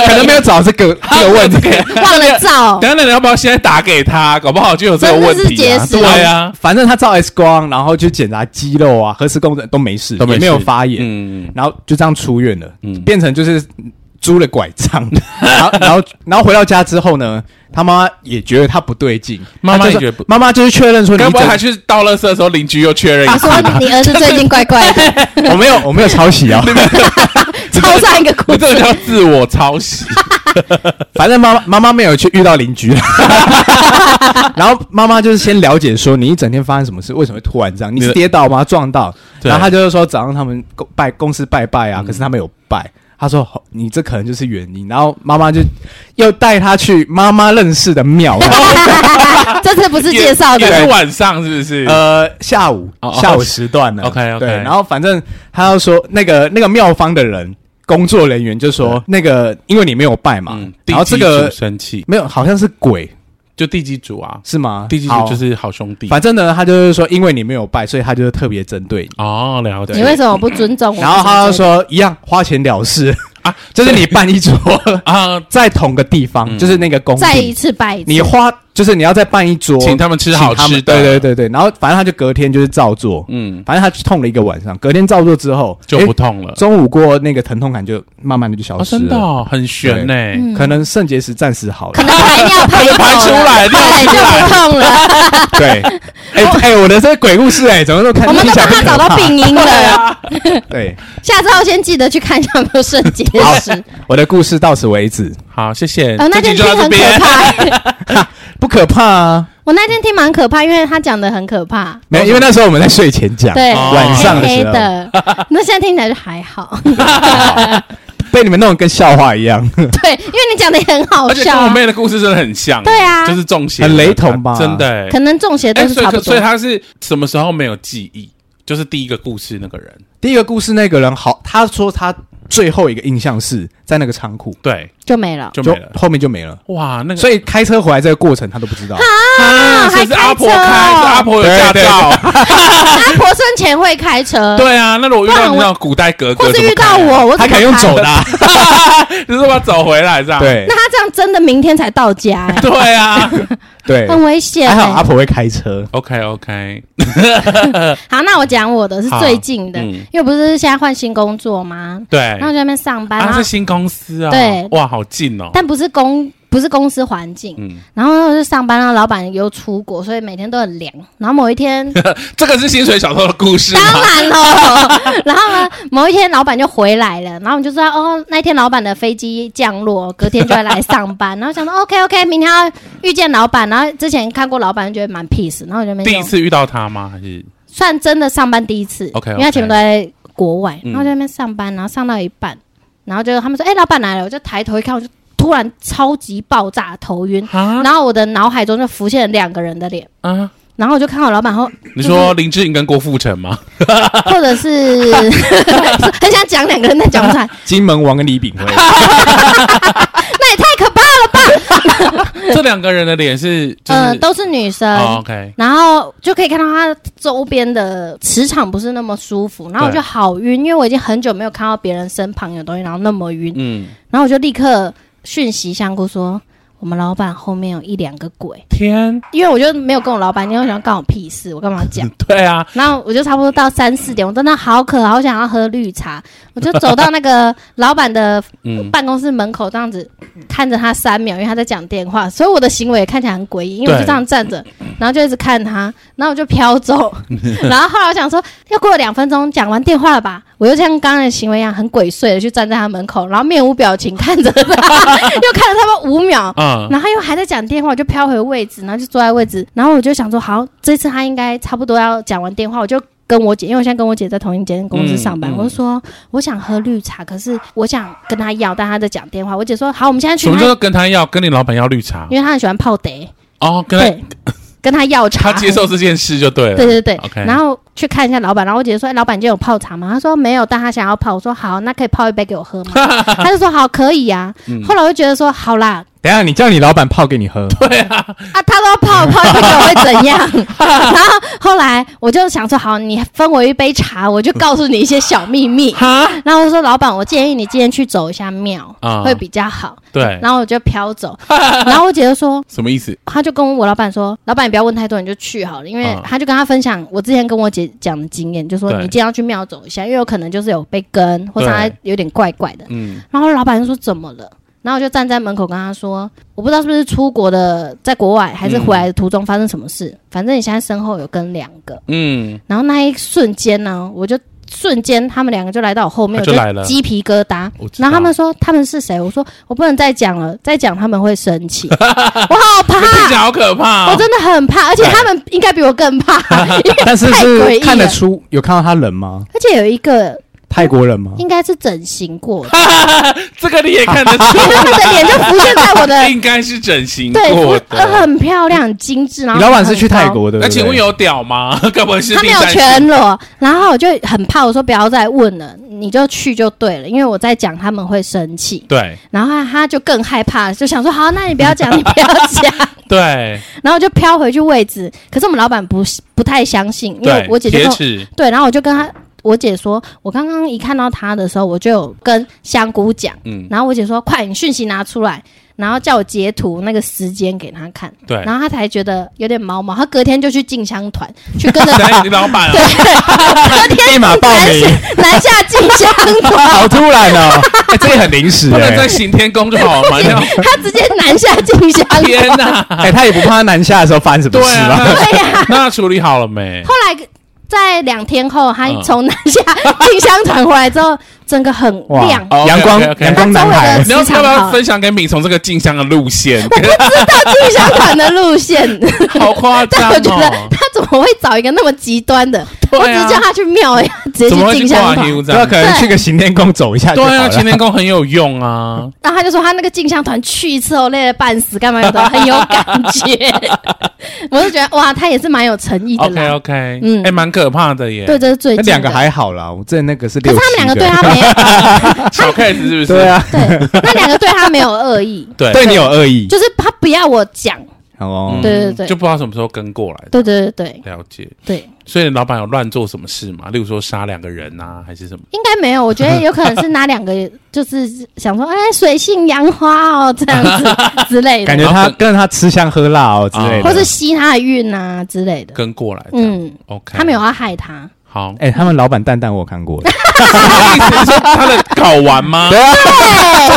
[SPEAKER 3] 可能没有 找这个
[SPEAKER 2] 啊
[SPEAKER 3] 这个问题。
[SPEAKER 2] 忘了照
[SPEAKER 1] 等，一下那你要不要现在打给他？搞不好就有这个问
[SPEAKER 2] 真的是
[SPEAKER 1] 题
[SPEAKER 2] 结
[SPEAKER 1] 啊！
[SPEAKER 2] 石
[SPEAKER 1] 对啊，
[SPEAKER 3] 反正他照 X 光，然后去检查肌肉啊、核磁共振都没事，
[SPEAKER 1] 都没
[SPEAKER 3] 也
[SPEAKER 1] 事
[SPEAKER 3] 没有发炎，
[SPEAKER 1] 嗯，
[SPEAKER 3] 然后就这样出院了，变成就是租了拐 杖，然后然后然后回到家之后呢，他妈妈也觉得他不对劲，
[SPEAKER 1] 妈妈
[SPEAKER 3] 她就
[SPEAKER 1] 也
[SPEAKER 3] 说
[SPEAKER 1] 觉得不
[SPEAKER 3] 妈妈就是确认说你
[SPEAKER 1] 该不会
[SPEAKER 3] 整
[SPEAKER 1] 还去倒垃圾的时候，邻居又确认一
[SPEAKER 2] 他
[SPEAKER 1] 次
[SPEAKER 2] 说你儿子最近怪 怪的，
[SPEAKER 3] 我没有我没有抄袭啊，
[SPEAKER 2] 抄上一个故
[SPEAKER 1] 你 这个
[SPEAKER 2] 事，
[SPEAKER 1] 叫自我抄 袭，
[SPEAKER 3] 反正妈妈妈妈没有去遇到邻 居，然后妈妈就是先了解说你一整天发生什么事，为什么会突然这样？你是跌倒吗？撞到？
[SPEAKER 1] 对嗯
[SPEAKER 3] 然后他就是说早上他们公拜公司拜拜啊，可是他没有拜。他说好：“你这可能就是原因。”然后妈妈就又带他去妈妈认识的庙，
[SPEAKER 2] 这次不是介绍
[SPEAKER 1] 也也是
[SPEAKER 2] 的，啊
[SPEAKER 1] 晚上是不是？
[SPEAKER 3] 呃，下午
[SPEAKER 1] 哦
[SPEAKER 3] 下午时段了。
[SPEAKER 1] OK，OK
[SPEAKER 3] 对，然后反正他要说那个那个庙方的人工作人员就说那个因为你没有拜嘛
[SPEAKER 1] 嗯，，
[SPEAKER 3] 然后这
[SPEAKER 1] 地基
[SPEAKER 3] 个
[SPEAKER 1] 主生气，
[SPEAKER 3] 没有好像是鬼
[SPEAKER 1] 就地基主啊，
[SPEAKER 3] 是吗？
[SPEAKER 1] 地基
[SPEAKER 3] 好
[SPEAKER 1] 主就是好兄弟。
[SPEAKER 3] 反正呢，他就是说，因为你没有拜，所以他就是特别针对你。
[SPEAKER 1] 哦，了解。
[SPEAKER 2] 你为什么不尊重我？
[SPEAKER 3] 然后他就说，一样花钱了事 啊
[SPEAKER 1] 啊，
[SPEAKER 3] 就是你办一桌，
[SPEAKER 1] 啊，
[SPEAKER 3] 在同个地
[SPEAKER 1] 嗯
[SPEAKER 3] 方，就是那个工
[SPEAKER 2] 再一
[SPEAKER 3] 地，
[SPEAKER 2] 次拜一次，
[SPEAKER 3] 你花就是你要再办一桌，
[SPEAKER 1] 请他们吃好
[SPEAKER 3] 请他们
[SPEAKER 1] 吃的
[SPEAKER 3] 对对对对。然后反正他就隔天就是照做，
[SPEAKER 1] 嗯，
[SPEAKER 3] 反正他痛了一个晚上，隔天照做之后
[SPEAKER 1] 就不
[SPEAKER 3] 诶
[SPEAKER 1] 痛了。
[SPEAKER 3] 中午过那个疼痛感就慢慢的就消
[SPEAKER 1] 哦，
[SPEAKER 3] 失
[SPEAKER 1] 真的
[SPEAKER 3] 了，
[SPEAKER 1] 哦，很悬呢、
[SPEAKER 2] 嗯
[SPEAKER 3] 可能肾结石暂时好
[SPEAKER 2] 可
[SPEAKER 3] 了。
[SPEAKER 2] 能排 尿排
[SPEAKER 1] 可能排
[SPEAKER 2] 走
[SPEAKER 1] 出
[SPEAKER 2] 了
[SPEAKER 1] 来尿
[SPEAKER 2] 排
[SPEAKER 1] 出
[SPEAKER 2] 就
[SPEAKER 1] 来
[SPEAKER 2] 不痛了。
[SPEAKER 3] 对，哎哎，我的这个鬼故事哎，怎么都看
[SPEAKER 2] 我们
[SPEAKER 3] 听
[SPEAKER 2] 都
[SPEAKER 3] 起来
[SPEAKER 2] 帮他
[SPEAKER 3] 很
[SPEAKER 2] 找
[SPEAKER 3] 可
[SPEAKER 2] 到
[SPEAKER 3] 怕
[SPEAKER 2] 病因了。
[SPEAKER 1] 啊
[SPEAKER 3] 对，
[SPEAKER 2] 下次要先记得去看一下有没有肾结
[SPEAKER 3] 好
[SPEAKER 2] 石。，
[SPEAKER 3] 我的故事到此为止。
[SPEAKER 1] 好，谢谢。
[SPEAKER 2] 哦，那
[SPEAKER 1] 这
[SPEAKER 2] 天
[SPEAKER 1] 集就到
[SPEAKER 2] 听
[SPEAKER 1] 这
[SPEAKER 2] 很可
[SPEAKER 1] 边。
[SPEAKER 2] 怕，
[SPEAKER 3] 不可怕啊，哦
[SPEAKER 2] 我那天听蛮可怕，因为他讲的很可怕。
[SPEAKER 3] 没有，因为那时候我们在睡前讲，
[SPEAKER 2] 对，
[SPEAKER 1] 哦
[SPEAKER 3] 晚上的
[SPEAKER 2] 黑黑
[SPEAKER 3] 时候
[SPEAKER 2] 的，那现在听起来就还好。
[SPEAKER 3] 被你们弄得跟笑话一样，
[SPEAKER 2] 对，因为你讲的也很好
[SPEAKER 1] 而且
[SPEAKER 2] 笑
[SPEAKER 1] 跟
[SPEAKER 2] 啊、
[SPEAKER 1] 我妹的故事真的很像，
[SPEAKER 2] 对啊
[SPEAKER 1] 就是中邪，
[SPEAKER 3] 很雷同吧
[SPEAKER 1] 真的、欸。
[SPEAKER 2] 可能中邪
[SPEAKER 1] 哎、
[SPEAKER 2] 都是
[SPEAKER 1] 所以
[SPEAKER 2] 差不
[SPEAKER 1] 可所以
[SPEAKER 2] 多。
[SPEAKER 1] 她是什么时候没有记忆？就是第一个故事那个人，
[SPEAKER 3] 第一个故事那个人好，他说他最后一个印象是在那个仓库，
[SPEAKER 1] 对，
[SPEAKER 2] 就没了。
[SPEAKER 1] 就没了。
[SPEAKER 3] 后面就没了。
[SPEAKER 1] 哇，那个
[SPEAKER 3] 所以开车回来这个过程他都不 知道，
[SPEAKER 1] 啊，所以是
[SPEAKER 2] 还开
[SPEAKER 1] 阿婆
[SPEAKER 2] 车
[SPEAKER 1] 开，
[SPEAKER 2] 哦
[SPEAKER 1] 是阿婆有驾
[SPEAKER 3] 对对
[SPEAKER 1] 照。
[SPEAKER 2] 阿啊婆生前会开车，
[SPEAKER 1] 对啊，那如果遇
[SPEAKER 2] 不
[SPEAKER 1] 到
[SPEAKER 2] 然
[SPEAKER 1] 你
[SPEAKER 2] 我
[SPEAKER 1] 那种古代格格，
[SPEAKER 2] 或是遇
[SPEAKER 1] 怎
[SPEAKER 2] 到
[SPEAKER 1] 么开啊，
[SPEAKER 2] 我，我
[SPEAKER 3] 他
[SPEAKER 2] 怎么
[SPEAKER 3] 可以用
[SPEAKER 2] 开
[SPEAKER 3] 走的啊，
[SPEAKER 1] 就是把它走啊回来这样。
[SPEAKER 3] 对
[SPEAKER 2] 那他这样真的明天才到家、欸，
[SPEAKER 1] 对啊
[SPEAKER 3] 对，
[SPEAKER 2] 很危险、
[SPEAKER 3] 还
[SPEAKER 2] 欸。
[SPEAKER 3] 哎好阿婆会开车，
[SPEAKER 1] ，OK OK，
[SPEAKER 2] 好那我讲我的是
[SPEAKER 1] 好
[SPEAKER 2] 最近的，
[SPEAKER 1] 嗯
[SPEAKER 2] 因为不是现在换新工作吗？
[SPEAKER 1] 对
[SPEAKER 2] 然后。就在那边上班，
[SPEAKER 1] 啊，
[SPEAKER 2] 然后
[SPEAKER 1] 是新公司啊，
[SPEAKER 2] 对
[SPEAKER 1] 哇，好近哦。
[SPEAKER 2] 但不是公不是公司环境，
[SPEAKER 1] 嗯，
[SPEAKER 2] 然后我就上班，然后老板又出国，所以每天都很凉。然后某一天，
[SPEAKER 1] 这个是薪水小偷的故事
[SPEAKER 2] 当
[SPEAKER 1] 吗？
[SPEAKER 2] 然喽，然后呢，某一天老板就回来了，然后我们就知道哦，那一天老板的飞机降落，隔天就会来 上班。然后想说 OK OK，明天要遇见老板，然后之前看过老板，觉得蛮 peace，然后我就没
[SPEAKER 1] 第一
[SPEAKER 2] 有
[SPEAKER 1] 次遇到他吗？还是
[SPEAKER 2] 算真的上班第一次
[SPEAKER 1] OK，OK
[SPEAKER 2] 因为他前面都在国外，
[SPEAKER 1] 嗯
[SPEAKER 2] 然后在那边上班，然后上到一半，然后就他们说哎、老板来了，我就抬头一看，我就突然超级爆炸头晕，
[SPEAKER 1] 啊
[SPEAKER 2] 然后我的脑海中就浮现了两个人的脸。
[SPEAKER 1] 啊？
[SPEAKER 2] 然后我就看到老板后，
[SPEAKER 1] 你说林志颖跟郭富城吗？
[SPEAKER 2] 或者是 很想讲两个人，但讲不出来，
[SPEAKER 3] 金门王跟李 炳辉，
[SPEAKER 2] 那也太可怕了吧？
[SPEAKER 1] 这两个人的脸是就
[SPEAKER 2] 呃，
[SPEAKER 1] 是
[SPEAKER 2] 都是女生，
[SPEAKER 1] 哦 OK，
[SPEAKER 2] 然后就可以看到她周边的磁场不是那么舒服，然后我
[SPEAKER 1] 对
[SPEAKER 2] 就好晕，因为我已经很久没有看到别人身旁有东西，然后那么晕，
[SPEAKER 1] 嗯，
[SPEAKER 2] 然后我就立刻讯息香菇说。我们老板后面有一两个鬼，
[SPEAKER 1] 天，
[SPEAKER 2] 因为我就没有跟我老板，因为我想干我屁事，我干嘛 讲？
[SPEAKER 1] 对啊，
[SPEAKER 2] 然后我就差不多到三四点，我真的好渴，好想要喝绿茶，我就走到那个老板的
[SPEAKER 1] 嗯，
[SPEAKER 2] 办公室门口这样子看着他三秒，因为他在讲电话，所以我的行为也看起来很诡异，因为我就这样站着，然后就一直看他，然后我就飘走，然后后来我想说，要过了两分钟讲完电话了吧，我又像刚刚的行为一样很鬼祟的去站在他门口，然后面无表情看着他， 又看了他们五秒。
[SPEAKER 1] 嗯，
[SPEAKER 2] 然后他又还在讲电话，我就飘回位置，然后就坐在位置，然后我就想说，好，这次他应该差不多要讲完电话，我就跟我姐，因为我现在跟我姐在同一间公司上
[SPEAKER 1] 嗯
[SPEAKER 2] 班，
[SPEAKER 1] 嗯
[SPEAKER 2] 我就说我想喝绿茶，可是我想跟他要，但他在讲电话，我姐说好，我们现在去
[SPEAKER 1] 什么
[SPEAKER 2] 他
[SPEAKER 1] 叫，做跟他要跟你老板要绿茶？
[SPEAKER 2] 因为他很喜欢泡得，
[SPEAKER 1] 哦，跟他
[SPEAKER 2] 对，跟他要茶，
[SPEAKER 1] 他接受这件事就对了。
[SPEAKER 2] 对对对
[SPEAKER 1] OK
[SPEAKER 2] 然后去看一下老板，然后我姐姐说：“哎，老板今天有泡茶吗？”他说：“没有，但他想要泡。”我说：“好，那可以泡一杯给我喝 吗？”他就说：“好，可以呀、啊。
[SPEAKER 1] 嗯
[SPEAKER 2] 后来我就觉得说：“好啦，
[SPEAKER 3] 等一下你叫你老板泡给你 喝，
[SPEAKER 2] 啊，他都要泡泡一杯给我会怎样？” 然后后来我就想说：“好，你分我一杯茶，我就告诉你一些小 秘密。”
[SPEAKER 1] 哈
[SPEAKER 2] 然后我说：“老板，我建议你今天去走一下庙，
[SPEAKER 1] 啊
[SPEAKER 2] 会比较好。”
[SPEAKER 1] 对，
[SPEAKER 2] 然后我就飘 走，然后我姐就说。
[SPEAKER 1] 什么意思？
[SPEAKER 2] 他就跟我老板说：“老板，你不要问太多，你就去好了。”因为
[SPEAKER 1] 嗯
[SPEAKER 2] 他就跟他分享我之前跟我姐讲的经验，就说
[SPEAKER 1] 对
[SPEAKER 2] 你今天要去庙走一下，因为有可能就是有被跟，或者他
[SPEAKER 1] 对
[SPEAKER 2] 有点怪怪的。
[SPEAKER 1] 嗯，
[SPEAKER 2] 然后老板就说：“怎么了？”然后我就站在门口跟他说：“我不知道是不是出国的，在国外还是回来的途中发生什么事，反正你现在身后有跟两个。”
[SPEAKER 1] 嗯，
[SPEAKER 2] 然后那一瞬间呢，我就瞬间他们两个就来到我后面，
[SPEAKER 1] 他
[SPEAKER 2] 我
[SPEAKER 1] 就
[SPEAKER 2] 就
[SPEAKER 1] 来了
[SPEAKER 2] 鸡皮疙瘩
[SPEAKER 1] 我。知道
[SPEAKER 2] 然后他们说他们是谁？我说我不能再讲了，再讲他们会生 气，我好
[SPEAKER 1] 这听起
[SPEAKER 2] 怕。
[SPEAKER 1] 来好可怕
[SPEAKER 2] 我
[SPEAKER 1] 哦。
[SPEAKER 2] 真的很怕，而且他们应该比我 更怕，因为
[SPEAKER 3] 但是
[SPEAKER 2] 太诡异
[SPEAKER 3] 是
[SPEAKER 2] 了
[SPEAKER 3] 看得出有看到他人吗？
[SPEAKER 2] 而且有一个
[SPEAKER 3] 泰国人吗？
[SPEAKER 2] 应该是整形过的，
[SPEAKER 1] 这个你也看得出
[SPEAKER 2] 因为他们的脸就浮现 在我的
[SPEAKER 1] 来，应该是整形
[SPEAKER 2] 对，
[SPEAKER 1] 过
[SPEAKER 2] 浮呃
[SPEAKER 1] 的。
[SPEAKER 2] 很漂亮、很精致。然后
[SPEAKER 3] 你老板是
[SPEAKER 2] 很
[SPEAKER 3] 去泰
[SPEAKER 2] 高
[SPEAKER 3] 国的，
[SPEAKER 1] 那请问有屌吗？ 该不会是
[SPEAKER 2] 他
[SPEAKER 1] 第
[SPEAKER 2] 没有
[SPEAKER 1] 三世
[SPEAKER 2] 全裸，然后我就很怕，我说不要再问了，你就去就对了，因为我在讲他们会生气。
[SPEAKER 1] 对
[SPEAKER 2] 然后他就更害怕，就想说好，那你不要讲，你不要讲。
[SPEAKER 1] 对
[SPEAKER 2] 然后就飘回去位置。可是我们老板不不太相信，因为
[SPEAKER 1] 对，
[SPEAKER 2] 我姐就
[SPEAKER 1] 铁
[SPEAKER 2] 跟我
[SPEAKER 1] 齿
[SPEAKER 2] 对，然后我就跟他我姐说，我刚刚一看到他的时候，我就有跟香菇讲，
[SPEAKER 1] 嗯
[SPEAKER 2] 然后我姐说快，你讯息拿出来。然后叫我截图那个时间给他看，
[SPEAKER 1] 对。
[SPEAKER 2] 然后他才觉得有点毛毛。他隔天就去进香团，去跟 着
[SPEAKER 1] 等你老板 啊，
[SPEAKER 2] 隔 天
[SPEAKER 3] 立马报
[SPEAKER 2] 南
[SPEAKER 3] 名
[SPEAKER 2] 下 南下进香团，
[SPEAKER 3] 好突然哦，哎这也很临时
[SPEAKER 1] 不能
[SPEAKER 3] 哎
[SPEAKER 1] 在行天宫就 好了嘛？那样
[SPEAKER 2] 他直接南下进香 团。
[SPEAKER 1] 天哪！
[SPEAKER 3] 哎，他也不怕他南下的时候发生什么
[SPEAKER 1] 对
[SPEAKER 3] 事吧？
[SPEAKER 1] 啊，
[SPEAKER 2] 对 呀、
[SPEAKER 1] 那处理好了没？
[SPEAKER 2] 后来在两天后，他
[SPEAKER 1] 嗯
[SPEAKER 2] 从南下进香团回来之后，整个很
[SPEAKER 3] 哇
[SPEAKER 2] 亮。
[SPEAKER 1] 哦
[SPEAKER 3] 阳光
[SPEAKER 1] OK，OK，OK
[SPEAKER 3] 阳光
[SPEAKER 2] 它
[SPEAKER 3] 男
[SPEAKER 2] 周围
[SPEAKER 3] 孩
[SPEAKER 2] 的，
[SPEAKER 1] 你要
[SPEAKER 2] 磁
[SPEAKER 1] 不要
[SPEAKER 2] 场
[SPEAKER 1] 不要
[SPEAKER 2] 好
[SPEAKER 1] 分享给敏从这个镜像的路 线？
[SPEAKER 2] 进香团的路线，
[SPEAKER 1] 好夸
[SPEAKER 2] 但
[SPEAKER 1] 张
[SPEAKER 2] 我觉得
[SPEAKER 1] 哦！
[SPEAKER 2] 他怎么会找一个那么极端的？我只
[SPEAKER 1] 对
[SPEAKER 2] 是
[SPEAKER 1] 啊
[SPEAKER 2] 叫他去庙呀，直接
[SPEAKER 1] 怎么
[SPEAKER 2] 去
[SPEAKER 1] 会去
[SPEAKER 2] 进香
[SPEAKER 1] 挂
[SPEAKER 2] 团。
[SPEAKER 1] Hugh 这
[SPEAKER 3] 那
[SPEAKER 1] 样
[SPEAKER 3] 可？能去个行天宫走一下就好
[SPEAKER 1] 对啊，
[SPEAKER 3] 了。
[SPEAKER 1] 擎天宫很有用啊。
[SPEAKER 2] 然后他就说他那个进香团去一次哦，累得半死，干嘛的，很有感觉。 我就觉得哇，他也是蛮有诚意的
[SPEAKER 1] OK
[SPEAKER 2] 啦。
[SPEAKER 1] OK，嗯，
[SPEAKER 2] 嗯
[SPEAKER 1] 哎，蛮可怕的耶。
[SPEAKER 2] 对，，这是最
[SPEAKER 3] 那
[SPEAKER 2] 近的
[SPEAKER 3] 两个，还好啦，我之前那个是
[SPEAKER 2] 可
[SPEAKER 3] 六
[SPEAKER 2] 是
[SPEAKER 3] 七
[SPEAKER 2] 他们两个对他没
[SPEAKER 1] 小 case 是不是？
[SPEAKER 3] 对，啊，
[SPEAKER 2] 对，那两个对他没有恶意，
[SPEAKER 1] 对
[SPEAKER 3] 对你有恶意
[SPEAKER 2] 就是他不要我讲。
[SPEAKER 3] 哦
[SPEAKER 1] 嗯。
[SPEAKER 2] 对对对
[SPEAKER 1] 就不知道什么时候跟过来。
[SPEAKER 2] 对对对对
[SPEAKER 1] 了解。
[SPEAKER 2] 对，
[SPEAKER 1] 所以老板有乱做什么事吗？例如说杀两个人啊，还是什么？
[SPEAKER 2] 应该没有，我觉得有可能是拿两个，就是想说，哎，水性杨花哦，这样子之类
[SPEAKER 3] 感
[SPEAKER 2] 的，
[SPEAKER 3] 觉他跟着他吃香喝辣哦之
[SPEAKER 1] 对
[SPEAKER 3] 类的，，
[SPEAKER 2] 或是吸他的运啊之类的。
[SPEAKER 1] 跟过来这样。
[SPEAKER 2] 嗯，
[SPEAKER 1] OK，
[SPEAKER 2] 他没有要害他，
[SPEAKER 1] 好
[SPEAKER 3] 哎，他们老板蛋蛋我有看过，
[SPEAKER 1] 他的搞完 吗？
[SPEAKER 3] 对啊，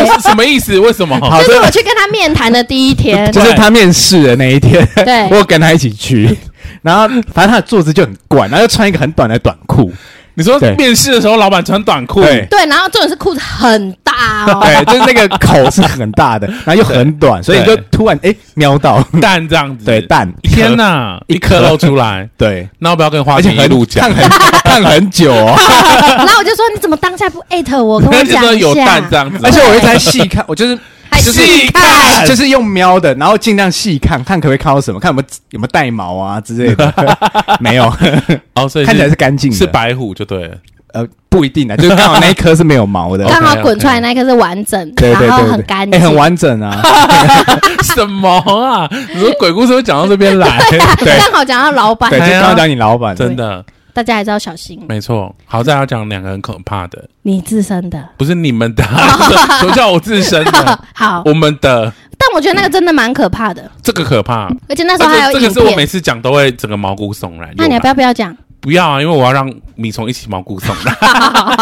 [SPEAKER 1] 这是什么意思？为什么？
[SPEAKER 3] 好
[SPEAKER 2] 就是
[SPEAKER 3] 这
[SPEAKER 2] 我去跟他面谈的第一天，
[SPEAKER 3] 就是他面试的那一天，
[SPEAKER 2] 对
[SPEAKER 3] 我有跟他一起去，然后反正他的坐姿就很怪，然后就穿一个很短的短裤，
[SPEAKER 1] 你说
[SPEAKER 3] 对
[SPEAKER 1] 面试的时候老板穿短裤，
[SPEAKER 3] 对
[SPEAKER 2] 对，然后重点是裤子很大哦，
[SPEAKER 3] 对，就是那个口是很大的，然后又很短，所以你就突然哎瞄 到，
[SPEAKER 1] 蛋这样子，
[SPEAKER 3] 对，蛋，
[SPEAKER 1] 天哪，
[SPEAKER 3] 一
[SPEAKER 1] 一颗
[SPEAKER 3] 颗
[SPEAKER 1] 露出来，
[SPEAKER 3] 对，
[SPEAKER 1] 那要不要跟花
[SPEAKER 3] 而且
[SPEAKER 1] 姐一
[SPEAKER 3] 很
[SPEAKER 1] 路讲
[SPEAKER 3] 看？很 看很 久哦，
[SPEAKER 2] 然后我就说你怎么当下不艾特我，跟我
[SPEAKER 1] 就
[SPEAKER 2] 讲
[SPEAKER 1] 说
[SPEAKER 2] 一
[SPEAKER 1] 有蛋
[SPEAKER 2] 下
[SPEAKER 1] 这，样子，啊
[SPEAKER 3] 而且我一直在细看，我 就是
[SPEAKER 2] 还
[SPEAKER 3] 就是
[SPEAKER 1] 细看
[SPEAKER 3] 就是用瞄的，然后尽量细看，看可不可以看到什么，看有没有有没有带毛啊之类的， 没有，
[SPEAKER 1] 哦，所以
[SPEAKER 3] 看起来是干净的，
[SPEAKER 1] 是白虎就对了，
[SPEAKER 3] 呃，不一定啊，就是刚好那一颗是没有毛的，
[SPEAKER 2] 刚好
[SPEAKER 1] OK，OK
[SPEAKER 2] 滚出来那一颗是完整，
[SPEAKER 3] 对对
[SPEAKER 2] 然后
[SPEAKER 3] 对
[SPEAKER 2] 很
[SPEAKER 3] 对，
[SPEAKER 2] 干
[SPEAKER 3] 哎
[SPEAKER 2] 净，
[SPEAKER 3] 很完 整啊，
[SPEAKER 1] 什么啊？你说鬼故事会讲到这边 来，
[SPEAKER 3] 对
[SPEAKER 2] 刚好讲到老板
[SPEAKER 3] 对，，就
[SPEAKER 1] 哎呀
[SPEAKER 3] 刚刚讲你老板，
[SPEAKER 1] 真的
[SPEAKER 2] 大家还是要小心
[SPEAKER 1] 没错。好在要讲两个很可怕的，
[SPEAKER 2] 你自身的。
[SPEAKER 1] 不是你们的，啊 什么叫我自身的？
[SPEAKER 2] 好，
[SPEAKER 1] 我们的
[SPEAKER 2] 但我觉得那个真的蛮可怕的，
[SPEAKER 1] 这个可怕，
[SPEAKER 2] 而且那时
[SPEAKER 3] 啊
[SPEAKER 2] 候还
[SPEAKER 1] 而且这
[SPEAKER 2] 有
[SPEAKER 1] 个
[SPEAKER 2] 影
[SPEAKER 1] 是我每
[SPEAKER 2] 片。
[SPEAKER 1] 次讲都会整个毛骨悚然。
[SPEAKER 2] 那你要不要不要讲？
[SPEAKER 1] 不要啊？因为我要让米虫一起毛骨悚然。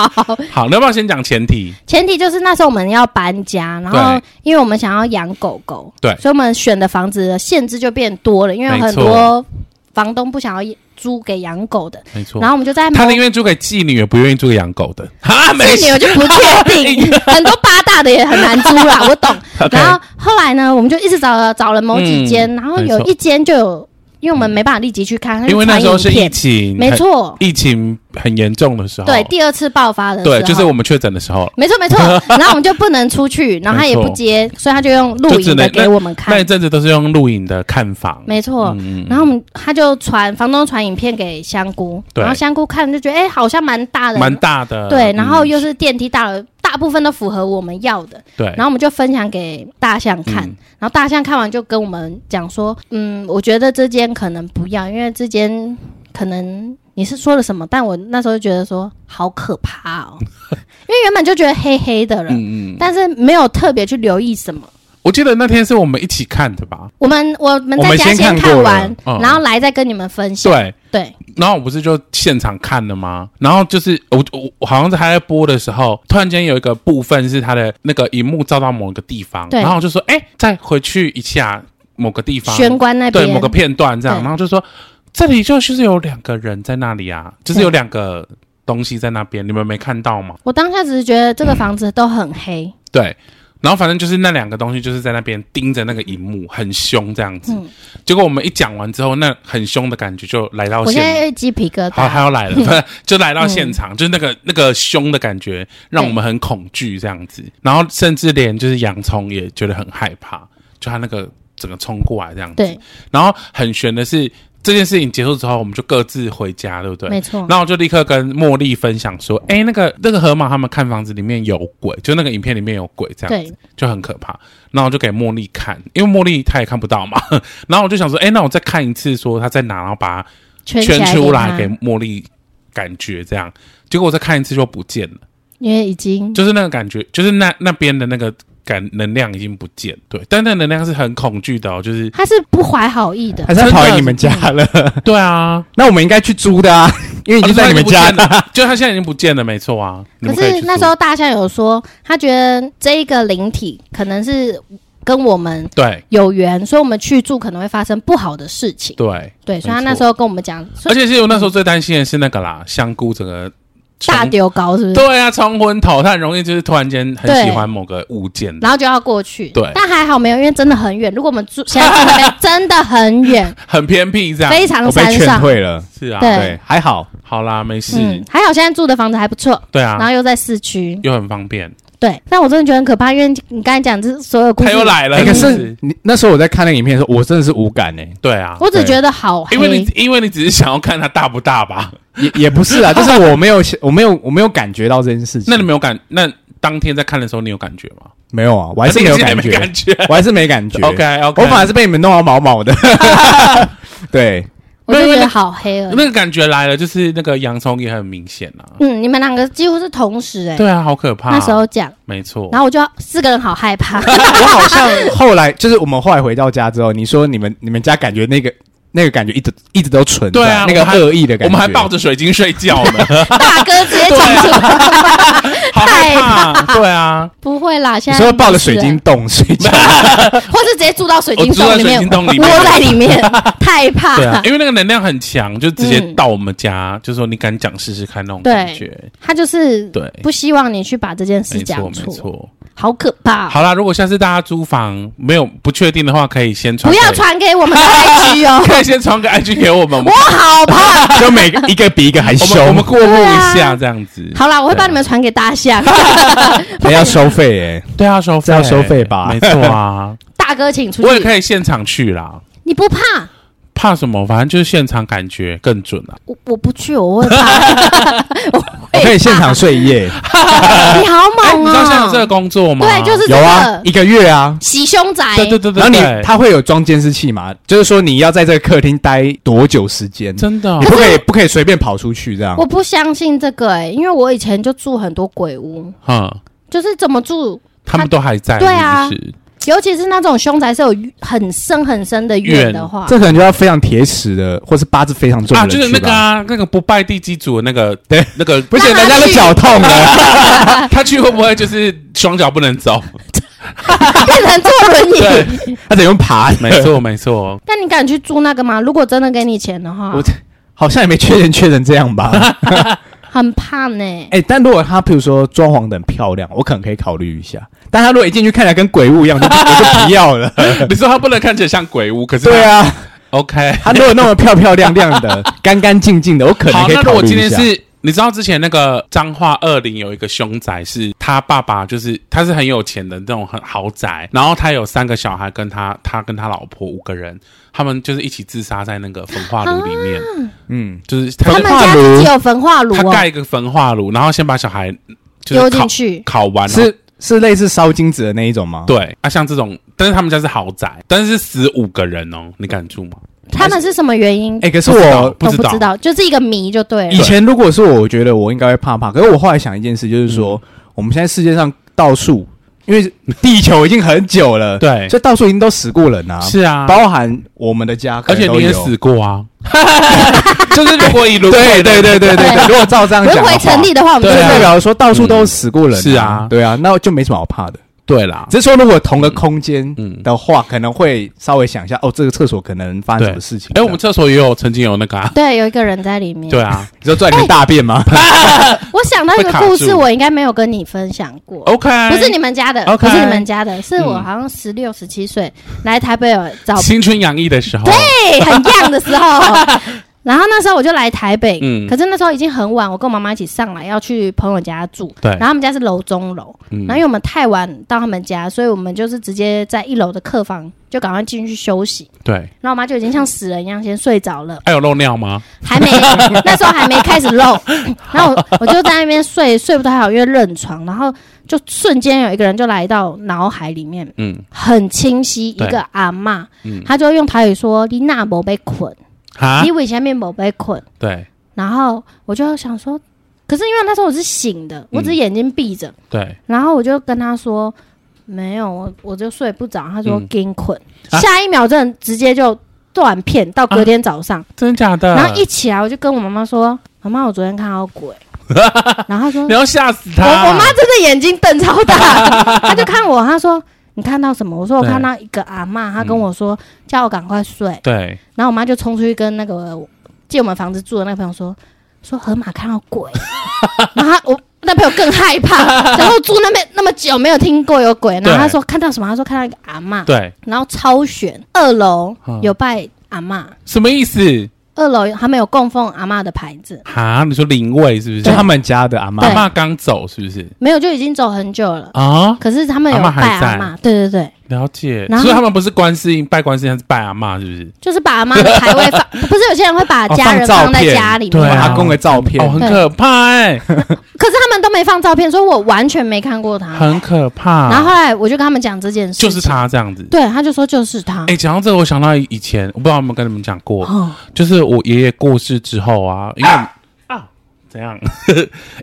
[SPEAKER 1] 好，那要不要先讲前提？
[SPEAKER 2] 前提就是那时候我们要搬家，然后因为我们想要养狗狗，
[SPEAKER 1] 对
[SPEAKER 2] 所以我们选的房子的限制就变多了，因为有
[SPEAKER 1] 没
[SPEAKER 2] 很
[SPEAKER 1] 错
[SPEAKER 2] 多房东不想要租给养狗的，
[SPEAKER 1] 没错
[SPEAKER 2] 然，后我们就在
[SPEAKER 1] 他
[SPEAKER 2] 某
[SPEAKER 1] 宁愿租给妓女，也不愿意租给养狗的。哈， 没
[SPEAKER 2] 妓女我就不确定， 很多八大的也很难租啦，我懂。
[SPEAKER 1] OK 嗯
[SPEAKER 2] 然后后来呢，我们就一直找了找了某几间，然后有
[SPEAKER 1] 没错
[SPEAKER 2] 一间就有，因为我们没办法立即去看，它就
[SPEAKER 1] 因为那时候是
[SPEAKER 2] 传
[SPEAKER 1] 疫
[SPEAKER 2] 影片
[SPEAKER 1] 情，
[SPEAKER 2] 没，错，
[SPEAKER 1] 疫情很严重的时候，
[SPEAKER 2] 对，第二次爆发的时候，
[SPEAKER 1] 对，就是我们确诊的时候。
[SPEAKER 2] 没错没 错，然后我们就不能出去，然后他也
[SPEAKER 1] 没
[SPEAKER 2] 不
[SPEAKER 1] 错
[SPEAKER 2] 接，所以他就用录
[SPEAKER 1] 就只
[SPEAKER 2] 影的
[SPEAKER 1] 能
[SPEAKER 2] 给我们
[SPEAKER 1] 那一
[SPEAKER 2] 看，
[SPEAKER 1] 阵子都是用录影的看房，
[SPEAKER 2] 没错。
[SPEAKER 1] 嗯
[SPEAKER 2] 然后我们他就传房东传影片给香菇，
[SPEAKER 1] 对
[SPEAKER 2] 然后香菇看就觉得哎、好像蛮大的，
[SPEAKER 1] 蛮大的，
[SPEAKER 2] 对，然后
[SPEAKER 1] 嗯
[SPEAKER 2] 又是电梯大楼，大部分都符合我们要的，
[SPEAKER 1] 对，
[SPEAKER 2] 然后我们就分享给大象看，
[SPEAKER 1] 嗯
[SPEAKER 2] 然后大象看完就跟我们讲说，嗯，我觉得这间可能不要，因为这间可能你是说了什么，但我那时候就觉得说好可怕 哦，因为原本就觉得黑黑的了，
[SPEAKER 1] 嗯嗯，
[SPEAKER 2] 但是没有特别去留意什么。
[SPEAKER 1] 我记得那天是我们一起看的吧？
[SPEAKER 2] 我们我们
[SPEAKER 3] 我
[SPEAKER 2] 在
[SPEAKER 3] 们
[SPEAKER 2] 家
[SPEAKER 3] 先看过
[SPEAKER 2] 看
[SPEAKER 3] 了
[SPEAKER 2] 完，
[SPEAKER 1] 嗯
[SPEAKER 2] 然后来再跟你们分享。
[SPEAKER 1] 对，
[SPEAKER 2] 对
[SPEAKER 1] 然后我不是就现场看了吗？然后就是我我我好像是还在播的时候，突然间有一个部分是它的那个荧幕照到某个地方，
[SPEAKER 2] 对
[SPEAKER 1] 然后我就说哎、再回去一下某个地方，
[SPEAKER 2] 玄关那边
[SPEAKER 1] 对某个片段这样，
[SPEAKER 2] 呃对
[SPEAKER 1] 然后就说这里就是有两个人在那里啊，就是有两个东西在那边，你们没看到吗？
[SPEAKER 2] 我当下只是觉得这个房子都很黑，
[SPEAKER 1] 对。然后反正就是那两个东西，就是在那边盯着那个荧幕，很凶这样子。
[SPEAKER 2] 嗯
[SPEAKER 1] 结果我们一讲完之后，那很凶的感觉就来到
[SPEAKER 2] 我现
[SPEAKER 1] 现
[SPEAKER 2] 在鸡皮疙
[SPEAKER 1] 嗯好，他
[SPEAKER 2] 瘩。
[SPEAKER 1] 要来了，
[SPEAKER 2] 嗯
[SPEAKER 1] 不是 就来到现场，就是那个那个凶的感觉，让我们很恐惧这样子，然后甚至连就是洋葱也觉得很害怕，就他那个整个冲过来这样子。
[SPEAKER 2] 对，
[SPEAKER 1] 然后很悬的是，这件事情结束之后，我们就各自回家，对不对？
[SPEAKER 2] 没错
[SPEAKER 1] 然后我就立刻跟茉莉分享说：“哎，那个那个河马他们看房子里面有鬼，就那个影片里面有鬼，这样子
[SPEAKER 2] 对
[SPEAKER 1] 就很可怕。”然后我就给茉莉看，因为茉莉她也看不到嘛。 然后我就想说：“哎，那我再看一次，说他在哪，然后把它
[SPEAKER 2] 圈起来
[SPEAKER 1] 出
[SPEAKER 2] 给
[SPEAKER 1] 来
[SPEAKER 2] 他
[SPEAKER 1] 给茉莉感觉这样。”结果我再看一次就不见了，
[SPEAKER 2] 因为已经
[SPEAKER 1] 就是那个感觉，就是那那边的那个感能量已经不见。对，但那能量是很恐惧的哦，就是
[SPEAKER 2] 他是不怀好意的
[SPEAKER 3] 还，是他跑来你们家了？
[SPEAKER 1] 对啊，
[SPEAKER 3] 那我们应该去租的啊，因为已经在你们家了。
[SPEAKER 1] 了， 就他现在已经不见了，没错啊。你
[SPEAKER 2] 可
[SPEAKER 1] 们可以
[SPEAKER 2] 是
[SPEAKER 1] 去
[SPEAKER 2] 那时候大象有说，他觉得这一个灵体可能是跟我们
[SPEAKER 1] 住对
[SPEAKER 2] 有缘，所以我们去住可能会发生不好的事情。
[SPEAKER 1] 对，
[SPEAKER 2] 对，所以他
[SPEAKER 1] 没错
[SPEAKER 2] 那时候跟我们讲，所
[SPEAKER 1] 而
[SPEAKER 2] 以
[SPEAKER 1] 且是我那时候最担心的是那个啦，香菇整个
[SPEAKER 2] 大
[SPEAKER 1] 穷
[SPEAKER 2] 丢高，是不是？
[SPEAKER 1] 对啊，冲昏头，他很容易就是突然间很
[SPEAKER 2] 对
[SPEAKER 1] 喜欢某个物件，
[SPEAKER 2] 然后就要过去。
[SPEAKER 1] 嗯对
[SPEAKER 2] 但还好没有，因为真的很远。如果我们住现在住台 北，真的很远，
[SPEAKER 1] 很偏僻这样，
[SPEAKER 2] 非常
[SPEAKER 3] 我被
[SPEAKER 2] 山
[SPEAKER 3] 劝
[SPEAKER 2] 上。
[SPEAKER 3] 退了，
[SPEAKER 1] 是啊，
[SPEAKER 2] 对
[SPEAKER 3] 对，还好，
[SPEAKER 1] 好啦，没事，
[SPEAKER 2] 嗯，还好现在住的房子还不错，
[SPEAKER 1] 对
[SPEAKER 2] 然
[SPEAKER 1] 啊，
[SPEAKER 2] 后又在市区。
[SPEAKER 1] 又很方便，
[SPEAKER 2] 对，但我真的觉得很可怕，因为你刚才讲这所有故
[SPEAKER 1] 他
[SPEAKER 2] 事
[SPEAKER 1] 又，来了，
[SPEAKER 3] 哎，可
[SPEAKER 1] 是不
[SPEAKER 3] 是
[SPEAKER 1] 是
[SPEAKER 3] 你那时候我在看那个影片的时候，我真的是无 感哎，
[SPEAKER 1] 对啊，
[SPEAKER 2] 我只觉得好黑，
[SPEAKER 1] 因为你因为你只是想要看他大不大吧？
[SPEAKER 3] 也也不是啊，就是我没有想，我没有，我没有感觉到这件事情。
[SPEAKER 1] 那你没有感？那当天在看的时候，你有感觉吗？
[SPEAKER 3] 没有啊？我还是 没有感
[SPEAKER 1] 你
[SPEAKER 3] 觉
[SPEAKER 1] 也，感觉。
[SPEAKER 3] 我还是没感 觉。
[SPEAKER 1] OK
[SPEAKER 3] 我
[SPEAKER 1] OK，
[SPEAKER 3] 反而是被你们弄到毛 毛的。对，
[SPEAKER 2] 我就觉得好黑而已。
[SPEAKER 1] 那个感觉来了，就是那个洋葱也很明显啊。
[SPEAKER 2] 嗯，你们两个几乎是同时哎、
[SPEAKER 1] 对啊，好可怕。
[SPEAKER 2] 那时候讲，
[SPEAKER 1] 没错，
[SPEAKER 2] 然后我就四个人好害怕，
[SPEAKER 3] 我好像后来就是我们后来回到家之后，你说你们你们家感觉那个那个感觉一直一直都存在，
[SPEAKER 1] 对啊
[SPEAKER 3] 那个
[SPEAKER 1] 我还
[SPEAKER 3] 恶意的感觉，
[SPEAKER 1] 我们还抱着水晶睡觉呢，
[SPEAKER 2] 大哥直接讲出来，
[SPEAKER 1] 啊好害怕。对啊，
[SPEAKER 2] 不会啦，现
[SPEAKER 3] 你
[SPEAKER 2] 在
[SPEAKER 3] 说抱着
[SPEAKER 2] 没事
[SPEAKER 3] 水晶洞睡觉，
[SPEAKER 2] 了，或是直接住到水
[SPEAKER 1] 我
[SPEAKER 2] 晶
[SPEAKER 1] 住在
[SPEAKER 2] 洞里
[SPEAKER 1] 水
[SPEAKER 2] 面
[SPEAKER 1] 晶，洞里面，
[SPEAKER 2] 窝在里面，太怕
[SPEAKER 1] 对啊
[SPEAKER 2] 了，。
[SPEAKER 1] 因为那个能量很强，就直接
[SPEAKER 2] 嗯
[SPEAKER 1] 到我们家，就说你敢讲试试看那种
[SPEAKER 2] 对
[SPEAKER 1] 感觉。
[SPEAKER 2] 他就是
[SPEAKER 1] 对
[SPEAKER 2] 不希望你去把这件事
[SPEAKER 1] 没
[SPEAKER 2] 讲
[SPEAKER 1] 错，没
[SPEAKER 2] 出，
[SPEAKER 1] 错。
[SPEAKER 2] 好可怕哦。
[SPEAKER 1] 好啦，如果下次大家租房没有不确定的话，可以先传
[SPEAKER 2] 不
[SPEAKER 1] 给，
[SPEAKER 2] 要传 给我们的 IG 哦，
[SPEAKER 1] 可以先传个 IG 给我们，我
[SPEAKER 2] 我
[SPEAKER 1] 们
[SPEAKER 2] 好怕。
[SPEAKER 3] 就每个一个比一 个还
[SPEAKER 1] 我们啊我
[SPEAKER 3] 凶
[SPEAKER 1] 们，过目一下这样子。
[SPEAKER 2] 好啦，我会
[SPEAKER 1] 对啊
[SPEAKER 2] 帮你们传给 大象，
[SPEAKER 3] 还要收费哎。
[SPEAKER 1] 对啊，收
[SPEAKER 3] 这
[SPEAKER 1] 费
[SPEAKER 3] 要收费吧
[SPEAKER 1] 没错啊，
[SPEAKER 2] 大哥请出
[SPEAKER 1] 我也
[SPEAKER 2] 去。
[SPEAKER 1] 可以现场去啦。
[SPEAKER 2] 你不怕？
[SPEAKER 1] 怕什么？反正就是现场感觉更准啊！
[SPEAKER 2] 我我不去，我会 怕。
[SPEAKER 3] 我可以现场睡一夜，
[SPEAKER 2] 你好
[SPEAKER 1] 哎，
[SPEAKER 2] 猛
[SPEAKER 1] 你知道现在有这个
[SPEAKER 2] 哦！
[SPEAKER 1] 工作吗？
[SPEAKER 2] 对，就是这
[SPEAKER 3] 有啊
[SPEAKER 2] 个，
[SPEAKER 3] 一个月啊。
[SPEAKER 2] 洗胸宅。
[SPEAKER 1] 对对对对，
[SPEAKER 3] 然后你
[SPEAKER 1] 对
[SPEAKER 3] 他会有装监视器嘛？就是说你要在这个客厅待多久时间？
[SPEAKER 1] 真的哦
[SPEAKER 3] 你不可以不可以随便跑出去这样
[SPEAKER 2] 我。不相信这个哎、因为我以前就住很多鬼屋，
[SPEAKER 1] 嗯，
[SPEAKER 2] 就是怎么住，
[SPEAKER 1] 他们都还在，
[SPEAKER 2] 对啊
[SPEAKER 1] 是不是
[SPEAKER 2] 尤其是那种凶宅是有很深很深的怨的话，
[SPEAKER 3] 这可能就要非常铁齿的，或是八字非常重的
[SPEAKER 1] 啊，
[SPEAKER 3] 人
[SPEAKER 1] 就是
[SPEAKER 3] 去
[SPEAKER 1] 那个
[SPEAKER 3] 吧，
[SPEAKER 1] 啊，那个不败地基组的那个，
[SPEAKER 3] 对，
[SPEAKER 1] 那个
[SPEAKER 3] 不行，
[SPEAKER 2] 让他
[SPEAKER 3] 人家都
[SPEAKER 2] 去
[SPEAKER 3] 脚痛 了。
[SPEAKER 2] 啊
[SPEAKER 1] 他去会不会就是双脚不能走？
[SPEAKER 2] 变成坐轮椅。
[SPEAKER 1] 对，
[SPEAKER 3] 他得用爬的，
[SPEAKER 1] 没错没错，
[SPEAKER 2] 但你敢去住那个吗？如果真的给你钱的话
[SPEAKER 3] 我，好像也没缺人缺成这样吧？
[SPEAKER 2] 很怕呢、
[SPEAKER 3] 哎、但如果他比如说装潢的很漂亮，我可能可以考虑一下。但他如果一进去看起来跟鬼屋一样，我就我就不 要了。
[SPEAKER 1] 你说他不能看起来像鬼屋，可是
[SPEAKER 3] 对
[SPEAKER 1] 啊
[SPEAKER 3] 啊，
[SPEAKER 1] ，OK，
[SPEAKER 3] 他如果弄得漂漂亮亮 的、干干净净的，我可能
[SPEAKER 1] 好，
[SPEAKER 3] 可以
[SPEAKER 1] 那如
[SPEAKER 3] 考
[SPEAKER 1] 果
[SPEAKER 3] 虑
[SPEAKER 1] 今天
[SPEAKER 3] 一下。
[SPEAKER 1] 是。你知道之前那个彰化二林有一个凶宅，是他爸爸，就是他是很有钱的那种很豪宅，然后他有三个小孩，跟他他跟他老婆五个人，他们就是一起自杀在那个焚化炉里面，
[SPEAKER 3] 嗯，
[SPEAKER 1] 就是
[SPEAKER 2] 他
[SPEAKER 1] 他
[SPEAKER 2] 们家自己有焚化炉
[SPEAKER 1] 他
[SPEAKER 2] 哦，
[SPEAKER 1] 盖一个焚化炉，然后先把小孩就
[SPEAKER 2] 丢
[SPEAKER 1] 是
[SPEAKER 2] 进
[SPEAKER 1] 烤
[SPEAKER 2] 去。
[SPEAKER 1] 烤完，然后
[SPEAKER 3] 是是类似烧金纸的那一种吗？
[SPEAKER 1] 对啊，像这种，但是他们家是豪宅，但是死五个人哦，你敢住吗？
[SPEAKER 2] 他们是什么原因？
[SPEAKER 3] 哎、可是
[SPEAKER 1] 不知道
[SPEAKER 3] 我
[SPEAKER 2] 都
[SPEAKER 1] 知道
[SPEAKER 2] 知道，就是一个谜就对
[SPEAKER 3] 以
[SPEAKER 2] 了。
[SPEAKER 3] 前如果是我，我觉得我应该会怕怕。可是我后来想一件事，就是说、
[SPEAKER 1] 嗯
[SPEAKER 3] 我们现在世界上到处，因为地球已经很久了，
[SPEAKER 1] 对
[SPEAKER 3] 所以到处已经都死过人啊，
[SPEAKER 1] 是啊，
[SPEAKER 3] 包含我们的家，可
[SPEAKER 1] 而
[SPEAKER 3] 能
[SPEAKER 1] 且
[SPEAKER 3] 都
[SPEAKER 1] 你也
[SPEAKER 3] 有
[SPEAKER 1] 死过 啊，就是如果以轮
[SPEAKER 3] 对
[SPEAKER 1] 回的
[SPEAKER 3] 对对对对对，
[SPEAKER 2] 对
[SPEAKER 3] 如果照这样讲的
[SPEAKER 2] 轮
[SPEAKER 3] 话，
[SPEAKER 2] 回成立的话，我们
[SPEAKER 3] 就
[SPEAKER 2] 就
[SPEAKER 1] 对啊
[SPEAKER 3] 代表说到处都死过人、
[SPEAKER 1] 嗯是啊
[SPEAKER 3] 对啊，那就没什么好怕的。
[SPEAKER 1] 对啦，
[SPEAKER 3] 只是说，如果同个空间
[SPEAKER 1] 嗯。
[SPEAKER 3] 的话，可能会稍微想一下，哦，这个厕所可能发生什么事情。
[SPEAKER 1] 哎、我们厕所也有曾经有那个、啊，
[SPEAKER 2] 对有一个人在里面。
[SPEAKER 1] 对啊
[SPEAKER 3] 你说在里面大便吗？
[SPEAKER 2] 我想到一个
[SPEAKER 1] 会卡
[SPEAKER 2] 故事，
[SPEAKER 1] 住
[SPEAKER 2] 我应该没有跟你分享过。
[SPEAKER 1] ，OK，
[SPEAKER 2] 不是你们家的
[SPEAKER 1] OK
[SPEAKER 2] 不是你们家的，是我
[SPEAKER 1] 嗯
[SPEAKER 2] 好像十六、十七岁来台北有找
[SPEAKER 1] 青春洋溢的时候，
[SPEAKER 2] 对，很样的时候。 然后那时候我就来台北，
[SPEAKER 1] 嗯
[SPEAKER 2] 可是那时候已经很晚，我跟我妈妈一起上来要去朋友家住，
[SPEAKER 1] 对
[SPEAKER 2] 然后他们家是楼中楼，
[SPEAKER 1] 哎嗯
[SPEAKER 2] 然后因为我们太晚到他们家，所以我们就是直接在一楼的客房就赶快进去休息。
[SPEAKER 1] 对，
[SPEAKER 2] 然后我妈就已经像死人一样先睡着了，
[SPEAKER 1] 还有漏尿吗？
[SPEAKER 2] 还 没那时候还没开始漏，然后我我就在那边睡，睡不太好，因为认床，然后就瞬间有一个人就来到脑海里面，
[SPEAKER 1] 嗯，
[SPEAKER 2] 很清晰，一
[SPEAKER 1] 对
[SPEAKER 2] 个阿嬷，
[SPEAKER 1] 嗯
[SPEAKER 2] 她就用台语说：“你那没被捆，
[SPEAKER 1] 哈
[SPEAKER 2] 你，为前面没被捆。
[SPEAKER 1] 对”
[SPEAKER 2] 然后我就想说，可是因为那时候我是醒
[SPEAKER 1] 嗯
[SPEAKER 2] 的，我只是眼睛闭着，
[SPEAKER 1] 对，
[SPEAKER 2] 然后我就跟她说：“没有，我我就睡不着。”她说
[SPEAKER 1] 嗯：“
[SPEAKER 2] 给捆。
[SPEAKER 1] 啊
[SPEAKER 2] 下一秒真的直接就断片到隔天早上，
[SPEAKER 1] 真假的？
[SPEAKER 2] 然后一起来我就跟我妈妈说：“妈妈，我昨天看到 鬼。”然后她说
[SPEAKER 1] 你：“要吓死
[SPEAKER 2] 我
[SPEAKER 1] 他，
[SPEAKER 2] 我妈真的眼睛瞪超 大，她就看我，她说你看到什么？我说我
[SPEAKER 1] 对嗯
[SPEAKER 2] 看到一个阿嬷，她跟我说、叫我赶快睡，
[SPEAKER 1] 对，
[SPEAKER 2] 然后 我妈就冲出去跟那个借我们房子住的那个朋友说。说河马看到鬼，然后他我那朋友更害怕，然后住那边那么久没有听过有鬼，然后他说看到什么？他说看到一个阿嬷，
[SPEAKER 1] 对，
[SPEAKER 2] 然后超悬，二楼
[SPEAKER 1] 嗯
[SPEAKER 2] 有拜阿嬷，
[SPEAKER 1] 什么意思？
[SPEAKER 2] 二楼他们有供奉阿嬷的牌子，
[SPEAKER 1] 哈，你说灵位是不是？
[SPEAKER 3] 就他们家的阿妈
[SPEAKER 1] 阿
[SPEAKER 2] 对
[SPEAKER 1] 妈刚走是不是？
[SPEAKER 2] 没有就已经走很久了，
[SPEAKER 1] 啊，
[SPEAKER 2] 可是他们有
[SPEAKER 1] 阿嬷还
[SPEAKER 2] 拜阿
[SPEAKER 1] 在
[SPEAKER 2] 嬷，对对对。
[SPEAKER 1] 了解。
[SPEAKER 2] 然后
[SPEAKER 1] 所以他们不是观世音拜观世音，他是拜阿妈，是不是？
[SPEAKER 2] 就是把阿妈的牌位 放，不是有些人会把家人
[SPEAKER 3] 哦放
[SPEAKER 2] 放在
[SPEAKER 3] 照片
[SPEAKER 2] 家里面
[SPEAKER 1] 对
[SPEAKER 3] 把
[SPEAKER 1] 啊
[SPEAKER 2] 吗，
[SPEAKER 3] 阿公的照片
[SPEAKER 1] 哦，，很可怕哎、
[SPEAKER 2] 可是他们都没放照片，所以我完全没看过他。
[SPEAKER 1] 很可怕。
[SPEAKER 2] 然后后来我就跟他们讲这件事，
[SPEAKER 1] 啊就是，他这样子。
[SPEAKER 2] 对，他就说就是他
[SPEAKER 1] 哎、。讲到这个，我想到以前，我不知道有没有跟你们讲过，
[SPEAKER 2] 哦，
[SPEAKER 1] 就是我爷爷过世之后啊，因为我们啊怎样？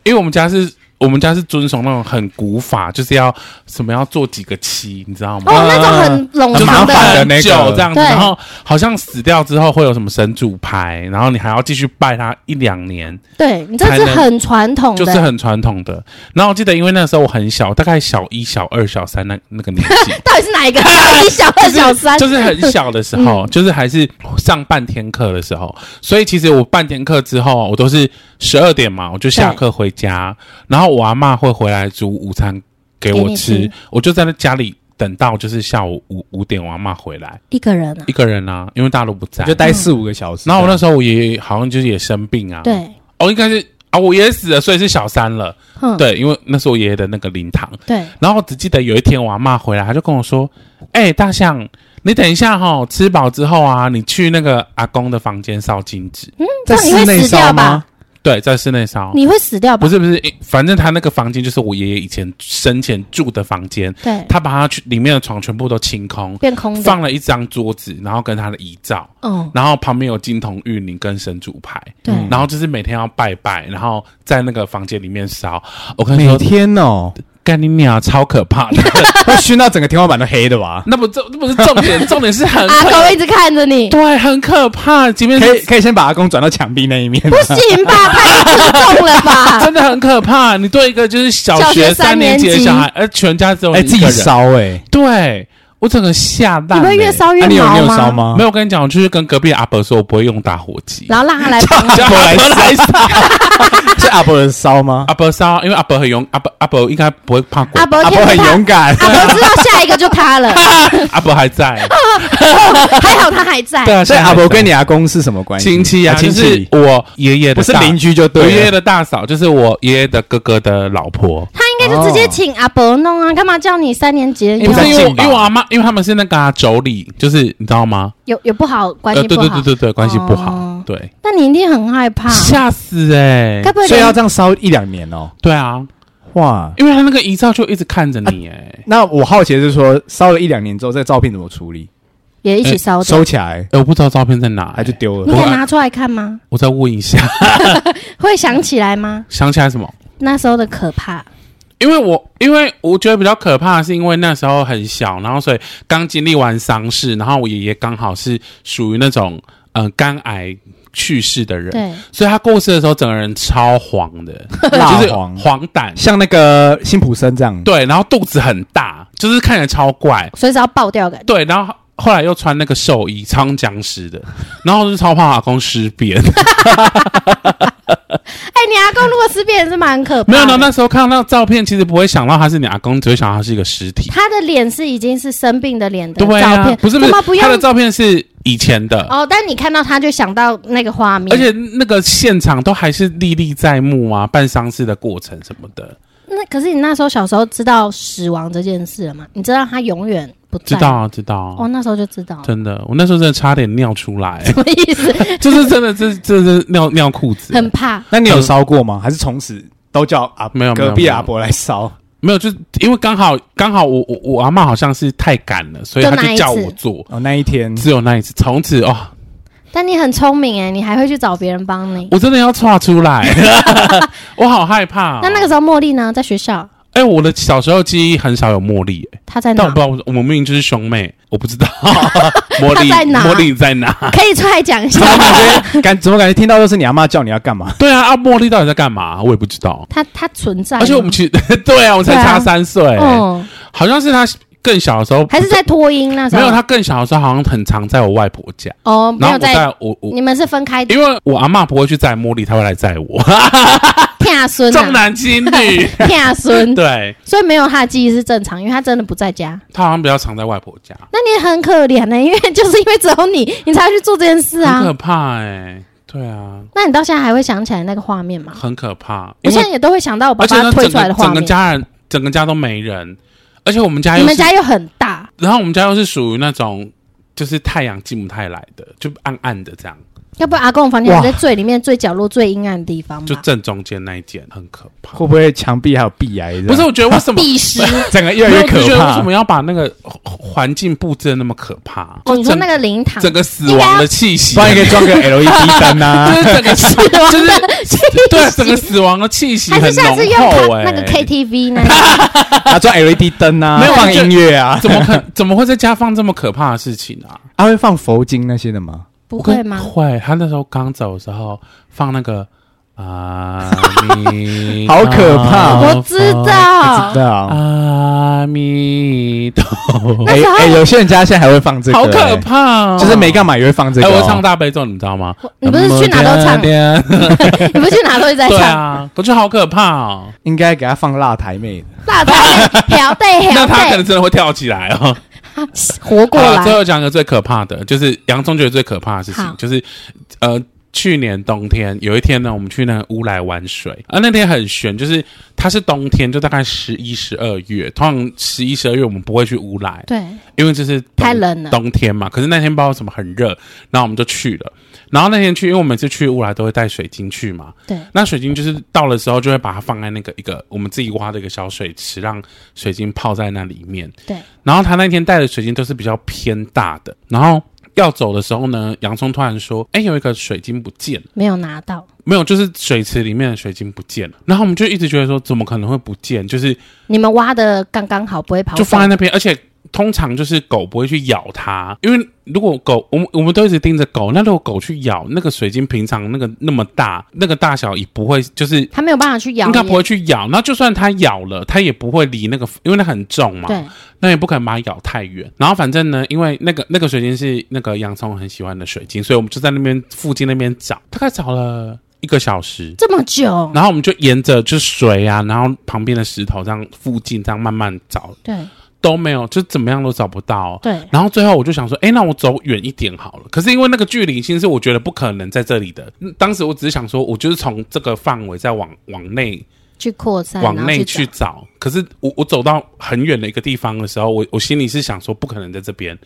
[SPEAKER 1] 因为我们家是。我们家是遵从那种很古法，就是要什么要做几个七，你知道吗？
[SPEAKER 2] 哦，那种很
[SPEAKER 1] 就
[SPEAKER 2] 冗
[SPEAKER 1] 是
[SPEAKER 3] 很麻
[SPEAKER 2] 长
[SPEAKER 3] 烦
[SPEAKER 2] 的，
[SPEAKER 3] 的那
[SPEAKER 1] 很
[SPEAKER 3] 个
[SPEAKER 1] 久这样子，
[SPEAKER 2] 对
[SPEAKER 1] 然后好像死掉之后会有什么神主牌，然后你还要继续拜他一两年，
[SPEAKER 2] 对你这是
[SPEAKER 1] 才能
[SPEAKER 2] 很传统
[SPEAKER 1] 就是
[SPEAKER 2] 的。
[SPEAKER 1] 很传统的。然后我记得，因为那时候我很小，大概小一、小二、小三那那个年纪，
[SPEAKER 2] 到底是 哪一个？小一、小二、 小三？嗯
[SPEAKER 1] 就是很小的时候，就是还是上半天课的时候，所以其实我半天课之后，我都是十二点嘛，我就下课回家，然后我阿妈会回来煮午餐给
[SPEAKER 2] 给
[SPEAKER 1] 我
[SPEAKER 2] 你
[SPEAKER 1] 吃，
[SPEAKER 2] 吃
[SPEAKER 1] 我就在那家里等到就是下午五五点，我阿妈回来
[SPEAKER 2] 一个人啊
[SPEAKER 1] 一，个人啊，因为大陆不在
[SPEAKER 3] 就。待四五个小时。
[SPEAKER 1] 然后我那时候我爷爷好像就是也生病啊，，
[SPEAKER 2] 对，
[SPEAKER 1] 哦，应该是啊、我爷爷死了，所以是小三了，
[SPEAKER 2] 嗯，
[SPEAKER 1] 对，因为那是我爷爷的那个灵堂，
[SPEAKER 2] 对，
[SPEAKER 1] 然后我只记得有一天我阿妈回来，她就跟我说：“哎、大象，你等一下哈、吃饱之后啊，你去那个阿公的房间烧金纸。
[SPEAKER 3] 在
[SPEAKER 2] 那你会
[SPEAKER 3] 室内
[SPEAKER 2] 死
[SPEAKER 3] 烧
[SPEAKER 2] 掉
[SPEAKER 3] 吗
[SPEAKER 2] 吧？？
[SPEAKER 1] 对，在室内烧。
[SPEAKER 2] 你会死掉
[SPEAKER 1] 哦
[SPEAKER 2] 吧
[SPEAKER 1] 不？是不是，诶反正他那个房间就是我爷爷以前生前住的房间，
[SPEAKER 2] 对，
[SPEAKER 1] 他把他去里面的床全部都清空，
[SPEAKER 2] 变空的。
[SPEAKER 1] 放了一张桌子，然后跟他的遗照，
[SPEAKER 2] 嗯，
[SPEAKER 1] 然后旁边有金童玉女跟神主牌，
[SPEAKER 2] 对，
[SPEAKER 1] 然后就是每天要拜拜，然后在那个房间里面烧。我跟你
[SPEAKER 3] 每
[SPEAKER 1] 说，
[SPEAKER 3] 天 哦，
[SPEAKER 1] 干你娘，超可怕的。
[SPEAKER 3] 会熏到整个天花板都黑的吧？
[SPEAKER 1] 那不这那不是重 点，重点是很
[SPEAKER 2] 阿
[SPEAKER 1] 可
[SPEAKER 2] 公一直看着 你，
[SPEAKER 1] 对，很可怕，即便
[SPEAKER 3] 可以
[SPEAKER 1] 是
[SPEAKER 3] 可以先把阿公转到墙壁那一面吗
[SPEAKER 2] 不 行吧？太自重了吧？
[SPEAKER 1] 真的很可怕。你对一个就是小
[SPEAKER 2] 小
[SPEAKER 1] 学
[SPEAKER 2] 学三
[SPEAKER 1] 年
[SPEAKER 2] 年
[SPEAKER 1] 级的
[SPEAKER 2] 级
[SPEAKER 1] 小孩，而全家只有
[SPEAKER 3] 哎，
[SPEAKER 1] 你
[SPEAKER 3] 自
[SPEAKER 1] 一
[SPEAKER 3] 己
[SPEAKER 1] 个人，
[SPEAKER 3] 烧哎，
[SPEAKER 1] 对我整个吓烂、
[SPEAKER 2] 你
[SPEAKER 1] 欸。
[SPEAKER 2] 会越烧越
[SPEAKER 3] 啊你有你
[SPEAKER 2] 毛
[SPEAKER 3] 有
[SPEAKER 2] 吗？
[SPEAKER 3] 烧吗？
[SPEAKER 1] 没有，我跟你讲，我就是跟隔壁的阿伯说，我不会用打火机，
[SPEAKER 2] 然后让他来 帮你
[SPEAKER 3] 叫
[SPEAKER 1] 叫
[SPEAKER 3] 阿伯
[SPEAKER 1] 阿伯
[SPEAKER 3] 来烧， 是阿伯人烧吗？
[SPEAKER 1] 阿伯烧，因为阿伯很勇，阿伯阿伯应该不会怕鬼
[SPEAKER 2] 阿，伯
[SPEAKER 3] 阿伯
[SPEAKER 2] 天
[SPEAKER 3] 很
[SPEAKER 2] 不怕
[SPEAKER 3] 勇，敢，
[SPEAKER 2] 阿伯知道下一个就 他了，
[SPEAKER 1] 阿伯还在，
[SPEAKER 2] 还好他还在
[SPEAKER 1] 对。啊，
[SPEAKER 3] 所以阿伯
[SPEAKER 1] 伯
[SPEAKER 3] 跟你阿公是什么关系？
[SPEAKER 1] 亲戚啊，
[SPEAKER 3] 亲
[SPEAKER 1] 就是
[SPEAKER 3] 戚
[SPEAKER 1] 我爷爷的
[SPEAKER 3] 不是
[SPEAKER 1] 大
[SPEAKER 3] 邻居就
[SPEAKER 1] 我
[SPEAKER 3] 对了。
[SPEAKER 1] 爷爷的大嫂，就是我爷爷的哥哥的老婆。
[SPEAKER 2] 他应该就直接请阿伯弄啊，干嘛叫你三年级的
[SPEAKER 1] 欸不
[SPEAKER 2] 用
[SPEAKER 1] 是因为我
[SPEAKER 3] 近吧
[SPEAKER 1] 因为我阿妈，因为他们是那个啊妯娌、就是你知道吗？
[SPEAKER 2] 有有不好关
[SPEAKER 1] 呃，
[SPEAKER 2] 系
[SPEAKER 1] 对
[SPEAKER 2] 不
[SPEAKER 1] 对
[SPEAKER 2] 好
[SPEAKER 1] 对？对对，关系不好，
[SPEAKER 2] 哦啊
[SPEAKER 1] 对，
[SPEAKER 2] 那你一定很害怕，
[SPEAKER 1] 吓死哎、
[SPEAKER 2] 该
[SPEAKER 1] 欸！
[SPEAKER 2] 不会
[SPEAKER 3] 所以要
[SPEAKER 2] 连
[SPEAKER 3] 这样烧一两年哦，
[SPEAKER 1] 对啊，
[SPEAKER 3] 哇！
[SPEAKER 1] 因为他那个遗照就一直看着你哎、欸
[SPEAKER 3] 那我好奇的是说，烧了一两年之后，这个照片怎么处理？
[SPEAKER 2] 也一起烧掉？
[SPEAKER 3] 收起来
[SPEAKER 1] 欸我不知道照片在哪、
[SPEAKER 3] 还是
[SPEAKER 1] 欸，
[SPEAKER 3] 丢
[SPEAKER 2] 你
[SPEAKER 3] 了？
[SPEAKER 1] 我
[SPEAKER 2] 敢拿出来看吗？
[SPEAKER 1] 我再问一下，
[SPEAKER 2] 会想起来吗？
[SPEAKER 1] 想起来什么？
[SPEAKER 2] 那时候的可怕，
[SPEAKER 1] 因为我因为我觉得比较可怕的是，因为那时候很小，然后所以刚经历完丧事，然后我爷爷刚好是属于那种嗯、呃肝癌去世的人，
[SPEAKER 2] 对，
[SPEAKER 1] 所以他过世的时候整个人超黄的，
[SPEAKER 3] 蜡
[SPEAKER 1] 就是
[SPEAKER 3] 黄，
[SPEAKER 1] 黄疸，
[SPEAKER 3] 像那个辛普森这样。
[SPEAKER 1] 对，然后肚子很大，就是看起来超怪，
[SPEAKER 2] 随时要爆掉感觉。
[SPEAKER 1] 对，然后后来又穿那个寿衣，超僵尸的，然后就是超怕阿公尸 变。
[SPEAKER 2] 哎，你阿公如果尸变也是蛮可怕
[SPEAKER 1] 没
[SPEAKER 2] 的。
[SPEAKER 1] 有呢，那时候看到照片，其实不会想到他是你阿公，只会想到他是一个尸体。
[SPEAKER 2] 他的脸是已经是生病的脸的
[SPEAKER 1] 对
[SPEAKER 2] 照
[SPEAKER 1] 啊
[SPEAKER 2] 片，，
[SPEAKER 1] 不是不
[SPEAKER 2] 干
[SPEAKER 1] 是
[SPEAKER 2] 嘛不，
[SPEAKER 1] 他的
[SPEAKER 2] 用
[SPEAKER 1] 照片是以前的，
[SPEAKER 2] 哦，但你看到他就想到那个画面，
[SPEAKER 1] 而且那个现场都还是历历在目啊，办丧事的过程什么的，
[SPEAKER 2] 那可是你那时候小时候知道死亡这件事了吗？你知道他永远不
[SPEAKER 1] 知
[SPEAKER 2] 在？
[SPEAKER 1] 道啊知道啊
[SPEAKER 2] 哦，，那时候就知道了，
[SPEAKER 1] 真的，我那时候真的差点尿出来，
[SPEAKER 2] 什么意思？
[SPEAKER 1] 就是真的，这这这尿尿裤子，
[SPEAKER 2] 很怕，
[SPEAKER 3] 那你有烧过吗？还是从此都叫阿
[SPEAKER 1] 没有没有
[SPEAKER 3] 隔壁
[SPEAKER 1] 没有
[SPEAKER 3] 阿伯来烧？
[SPEAKER 1] 没有，就是因为刚好刚好我我我阿嬷好像是太赶了，所以
[SPEAKER 2] 就
[SPEAKER 1] 她
[SPEAKER 2] 那
[SPEAKER 1] 就
[SPEAKER 2] 一
[SPEAKER 1] 叫
[SPEAKER 2] 次
[SPEAKER 1] 我做，
[SPEAKER 3] 哦，那一天
[SPEAKER 1] 只有那一次，从此哦，
[SPEAKER 2] 但你很聪明哎，你还会去找别人帮你。
[SPEAKER 1] 我真的要岔出 来，我好害怕、哦。
[SPEAKER 2] 那那个时候茉莉呢，在学校，
[SPEAKER 1] 哎、我的小时候记忆很少有茉莉、哎
[SPEAKER 2] 她在
[SPEAKER 1] 但我
[SPEAKER 2] 哪
[SPEAKER 1] 不知？道我们明明就是兄妹，我不知 道茉莉
[SPEAKER 2] 她在哪
[SPEAKER 1] 茉莉在哪？
[SPEAKER 2] 可以出来讲一 下
[SPEAKER 3] 怎。么感觉感怎么感觉听到都是你阿妈叫你要干嘛？
[SPEAKER 1] 对啊，啊，茉莉到底在干嘛？我也不知道。
[SPEAKER 2] 她她存在吗，
[SPEAKER 1] 而且我们其实 对啊，我们才
[SPEAKER 2] 对啊
[SPEAKER 1] 差三岁、哎
[SPEAKER 2] 哦，
[SPEAKER 1] 好像是她更小的时候，
[SPEAKER 2] 还是在脱音那时
[SPEAKER 1] 没
[SPEAKER 2] 候？
[SPEAKER 1] 有她更小的时候，好像很常在我外婆家，
[SPEAKER 2] 哦，没
[SPEAKER 1] 然后
[SPEAKER 2] 有
[SPEAKER 1] 我在我我
[SPEAKER 2] 你们是分开
[SPEAKER 1] 因为我阿嬷不会去载茉莉，她会来载我。
[SPEAKER 2] 听骗孙
[SPEAKER 1] 重
[SPEAKER 2] 啊，。
[SPEAKER 1] 男轻女
[SPEAKER 2] 骗孙，
[SPEAKER 1] 对
[SPEAKER 2] 所以没有他的记忆是正常，因为他真的不在家。
[SPEAKER 1] 他好像比较常在外婆家，
[SPEAKER 2] 那你也很可怜呢、因为就是因为只有你，你才会去做这件事
[SPEAKER 1] 很
[SPEAKER 2] 啊
[SPEAKER 1] 可。怕哎。对啊，
[SPEAKER 2] 那你到现在还会想起来那个画面吗？
[SPEAKER 1] 很可怕。
[SPEAKER 2] 我
[SPEAKER 1] 因
[SPEAKER 2] 现
[SPEAKER 1] 为
[SPEAKER 2] 在也都会想到我爸
[SPEAKER 1] 而且
[SPEAKER 2] 爸
[SPEAKER 1] 呢，
[SPEAKER 2] 推
[SPEAKER 1] 整
[SPEAKER 2] 出来
[SPEAKER 1] 个
[SPEAKER 2] 的画
[SPEAKER 1] 整个
[SPEAKER 2] 面。
[SPEAKER 1] 家人，整个家都没人，而且我们家
[SPEAKER 2] 你
[SPEAKER 1] 又
[SPEAKER 2] 们
[SPEAKER 1] 是，
[SPEAKER 2] 家又很大，
[SPEAKER 1] 然后我们家又是属于那种就是太阳进不太来的，就暗暗的这样，
[SPEAKER 2] 要不然阿公房间
[SPEAKER 3] 哇
[SPEAKER 2] 还在最里面、最角落、最阴暗的地方
[SPEAKER 1] 就
[SPEAKER 2] 吧？
[SPEAKER 1] 正中间那一间很可怕。
[SPEAKER 3] 会不会墙壁还有壁
[SPEAKER 2] 嗯
[SPEAKER 3] 癌？
[SPEAKER 1] 不是，，我觉得为 什么
[SPEAKER 2] 必须。
[SPEAKER 3] 整个越来
[SPEAKER 1] 没有我
[SPEAKER 3] 越
[SPEAKER 1] 就
[SPEAKER 3] 可
[SPEAKER 1] 觉得为
[SPEAKER 3] 怕
[SPEAKER 1] 什。么要把那个环境布置的那么可怕？
[SPEAKER 2] 哦，你说
[SPEAKER 1] 整
[SPEAKER 2] 那个灵堂，
[SPEAKER 1] 整个 死亡的气息，啊
[SPEAKER 3] 不然也可 以装个
[SPEAKER 1] 就是。整个就是
[SPEAKER 2] 死亡的气
[SPEAKER 3] LED 灯啊
[SPEAKER 1] 对啊整个
[SPEAKER 2] 息，
[SPEAKER 1] 死亡的气息
[SPEAKER 2] 还
[SPEAKER 1] 很
[SPEAKER 2] 是下次
[SPEAKER 1] 浓
[SPEAKER 2] 用
[SPEAKER 1] 厚
[SPEAKER 2] 他
[SPEAKER 1] 哎、
[SPEAKER 2] 那个 KTV 那个？
[SPEAKER 3] 他装 LED 灯啊，
[SPEAKER 1] 没有
[SPEAKER 3] 放
[SPEAKER 1] 就
[SPEAKER 3] 音乐啊，
[SPEAKER 1] 怎么可怎么会在家放这么可怕的事情啊？
[SPEAKER 3] 他会放佛经那些的吗？
[SPEAKER 2] 不
[SPEAKER 1] 我跟
[SPEAKER 2] 会吗？
[SPEAKER 1] 会，他那时候刚走的时候放那个啊，弥
[SPEAKER 3] 好可怕
[SPEAKER 1] 陀佛
[SPEAKER 2] 我知。道，
[SPEAKER 3] 对啊，
[SPEAKER 1] 阿弥陀佛，
[SPEAKER 2] 那
[SPEAKER 3] 哎
[SPEAKER 2] 时候
[SPEAKER 3] 哎，有些人家现在还会放这个，
[SPEAKER 1] 好可
[SPEAKER 3] 哎
[SPEAKER 1] 怕、哦！
[SPEAKER 3] 就是没干嘛也会放这
[SPEAKER 1] 哎、
[SPEAKER 3] 个哦。哎
[SPEAKER 1] 我唱大悲咒，你知道吗？
[SPEAKER 2] 你不是去哪都
[SPEAKER 1] 啊
[SPEAKER 2] 唱，你不是去哪都一直在
[SPEAKER 1] 对
[SPEAKER 2] 唱，
[SPEAKER 1] 啊，我觉得好可怕哦。
[SPEAKER 3] 应该给他放辣台妹的。
[SPEAKER 2] 辣台调对
[SPEAKER 1] 那
[SPEAKER 2] 调
[SPEAKER 1] 他可能啊
[SPEAKER 2] 对，
[SPEAKER 1] 真的会跳起来哦。
[SPEAKER 2] 活过
[SPEAKER 1] 好了最
[SPEAKER 2] 来。
[SPEAKER 1] 后讲一个最可怕的，就是杨宗觉得最可怕的事
[SPEAKER 2] 好
[SPEAKER 1] 情，就是呃，去年冬天有一天呢，我们去那个乌来玩水啊，那天很悬，就是它是冬天，就大概十一、十二月，通常十一、十二月我们不会去乌来，
[SPEAKER 2] 对，
[SPEAKER 1] 因为就是冬
[SPEAKER 2] 太冷了
[SPEAKER 1] 冬天嘛。可是那天不知道为什么很热，然后我们就去了。然后那天去，因为我每次去乌来都会带水晶去嘛，
[SPEAKER 2] 对，
[SPEAKER 1] 那水晶就是到的时候就会把它放在那个一个我们自己挖的一个小水池，让水晶泡在那里面。
[SPEAKER 2] 对，
[SPEAKER 1] 然后他那天带的水晶都是比较偏大的，然后要走的时候呢，洋葱突然说：“哎，有一个水晶不见了。”
[SPEAKER 2] 没有拿到，
[SPEAKER 1] 没有，就是水池里面的水晶不见了。然后我们就一直觉得说，怎么可能会不见？就是
[SPEAKER 2] 你们挖的刚刚好，不会跑走。
[SPEAKER 1] 就放在那边，而且通常就是狗不会去咬它，因为如果狗，我们我们都一直盯着狗，那如果狗去咬那个水晶，平常那个那么大，那个大小也不会，就是
[SPEAKER 2] 他没有办法去咬
[SPEAKER 1] 应
[SPEAKER 2] 你，
[SPEAKER 1] 该不会去咬。那就算它咬了，它也不会离那个，因为那很重嘛，
[SPEAKER 2] 对，
[SPEAKER 1] 那也不可能把它咬太远。然后反正呢，因为那个那个水晶是那个洋葱很喜欢的水晶，所以我们就在那边附近那边找，大概找了一个小时。
[SPEAKER 2] 这么久，
[SPEAKER 1] 然后我们就沿着就是水啊，然后旁边的石头这样附近这样慢慢找，
[SPEAKER 2] 对
[SPEAKER 1] 都没有，就怎么样都找不到、
[SPEAKER 2] 对，
[SPEAKER 1] 然后最后我就想说，哎，那我走远一点好了。可是因为那个距离性是我觉得不可能在这里的，嗯当时我只是想说，我就是从这个范围再往往内
[SPEAKER 2] 去扩散，
[SPEAKER 1] 往
[SPEAKER 2] 然后
[SPEAKER 1] 内
[SPEAKER 2] 去
[SPEAKER 1] 去
[SPEAKER 2] 找，
[SPEAKER 1] 找。可是我我走到很远的一个地方的时候，我我心里是想说，不可能在这边，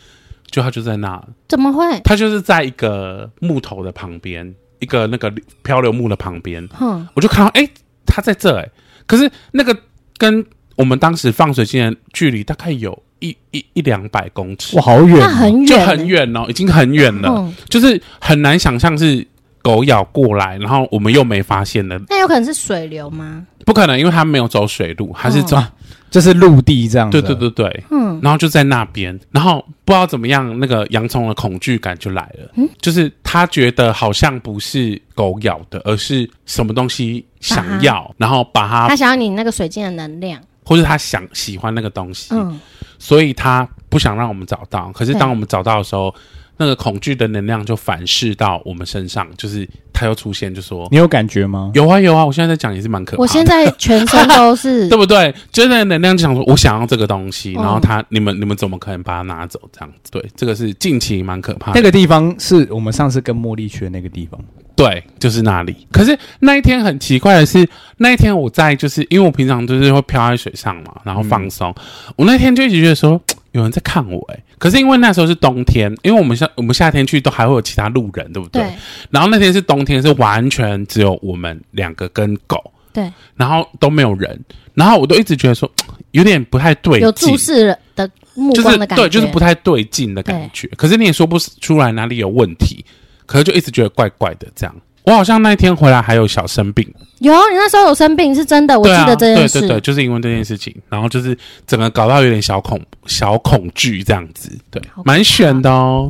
[SPEAKER 1] 就它就在那，
[SPEAKER 2] 怎么会？
[SPEAKER 1] 它就是在一个木头的旁边，一个那个漂流木的旁边，
[SPEAKER 2] 哼，
[SPEAKER 1] 我就看到哎，诶它在这哎、诶可是那个跟我们当时放水晶的距离大概有一一一两百公尺
[SPEAKER 3] 哇，。好远
[SPEAKER 2] 那
[SPEAKER 3] 哦，
[SPEAKER 2] 很远，
[SPEAKER 1] 就很，远哦，已经很远了，
[SPEAKER 2] 嗯，
[SPEAKER 1] 就是很难想象是狗咬过来，然后我们又没发现的，
[SPEAKER 2] 那有可能是水流吗？
[SPEAKER 1] 不可能，因为它没有走水路，它是走，
[SPEAKER 3] 啊就是陆地这样子。啊
[SPEAKER 1] 对对对对。
[SPEAKER 2] 嗯，
[SPEAKER 1] 然后就在那边，然后不知道怎么样，那个洋葱的恐惧感就来了。
[SPEAKER 2] 嗯
[SPEAKER 1] 就是他觉得好像不是狗咬的，而是什么东西想要，然后把
[SPEAKER 2] 他
[SPEAKER 1] 它，
[SPEAKER 2] 想要你那个水晶的能量，
[SPEAKER 1] 或是他想喜欢那个东西，
[SPEAKER 2] 嗯，
[SPEAKER 1] 所以他不想让我们找到。可是
[SPEAKER 2] 对
[SPEAKER 1] 当我们找到的时候，那个恐惧的能量就反噬到我们身上，就是他又出现，就说
[SPEAKER 3] 你有感觉吗？
[SPEAKER 1] 有啊有啊，我现在在讲也是蛮可怕的。
[SPEAKER 2] 我现在全身都是
[SPEAKER 1] 对不对？就是那个能量就想说，我想要这个东西，
[SPEAKER 2] 嗯
[SPEAKER 1] 然后他你们你们怎么可能把它拿走？这样子，对，这个是近期蛮
[SPEAKER 4] 啊
[SPEAKER 1] 可怕的。
[SPEAKER 3] 那个地方是我们上次跟茉莉去的那个地方，
[SPEAKER 1] 对，就是那里。可是那一天很奇怪的是，那一天我在就是因为我平常就是会飘在水上嘛，然后放松。
[SPEAKER 2] 嗯
[SPEAKER 1] 我那天就一直觉得说有人在看我哎、欸可是因为那时候是冬天，因为我们夏我们夏天去都还会有其他路人，对不对？
[SPEAKER 2] 对
[SPEAKER 1] 然后那天是冬天，是完全只有我们两个跟狗，
[SPEAKER 2] 对，
[SPEAKER 1] 然后都没有人，然后我都一直觉得说有点不太对劲，
[SPEAKER 2] 有注视的目
[SPEAKER 1] 就是
[SPEAKER 2] 光的感觉，
[SPEAKER 1] 对，就是不太对劲的感觉。可是你也说不出来哪里有问题，可是就一直觉得怪怪的这样。我好像那一天回来还有小生病，
[SPEAKER 2] 有啊你那时候有生病是真的，我
[SPEAKER 1] 对
[SPEAKER 2] 记
[SPEAKER 1] 啊，
[SPEAKER 2] 得这件
[SPEAKER 1] 对
[SPEAKER 2] 事，
[SPEAKER 1] 对对，就是因为这件事情，然后就是整个搞到有点小恐小恐惧这样子，对
[SPEAKER 2] 好可，怕
[SPEAKER 1] 蛮选的哦，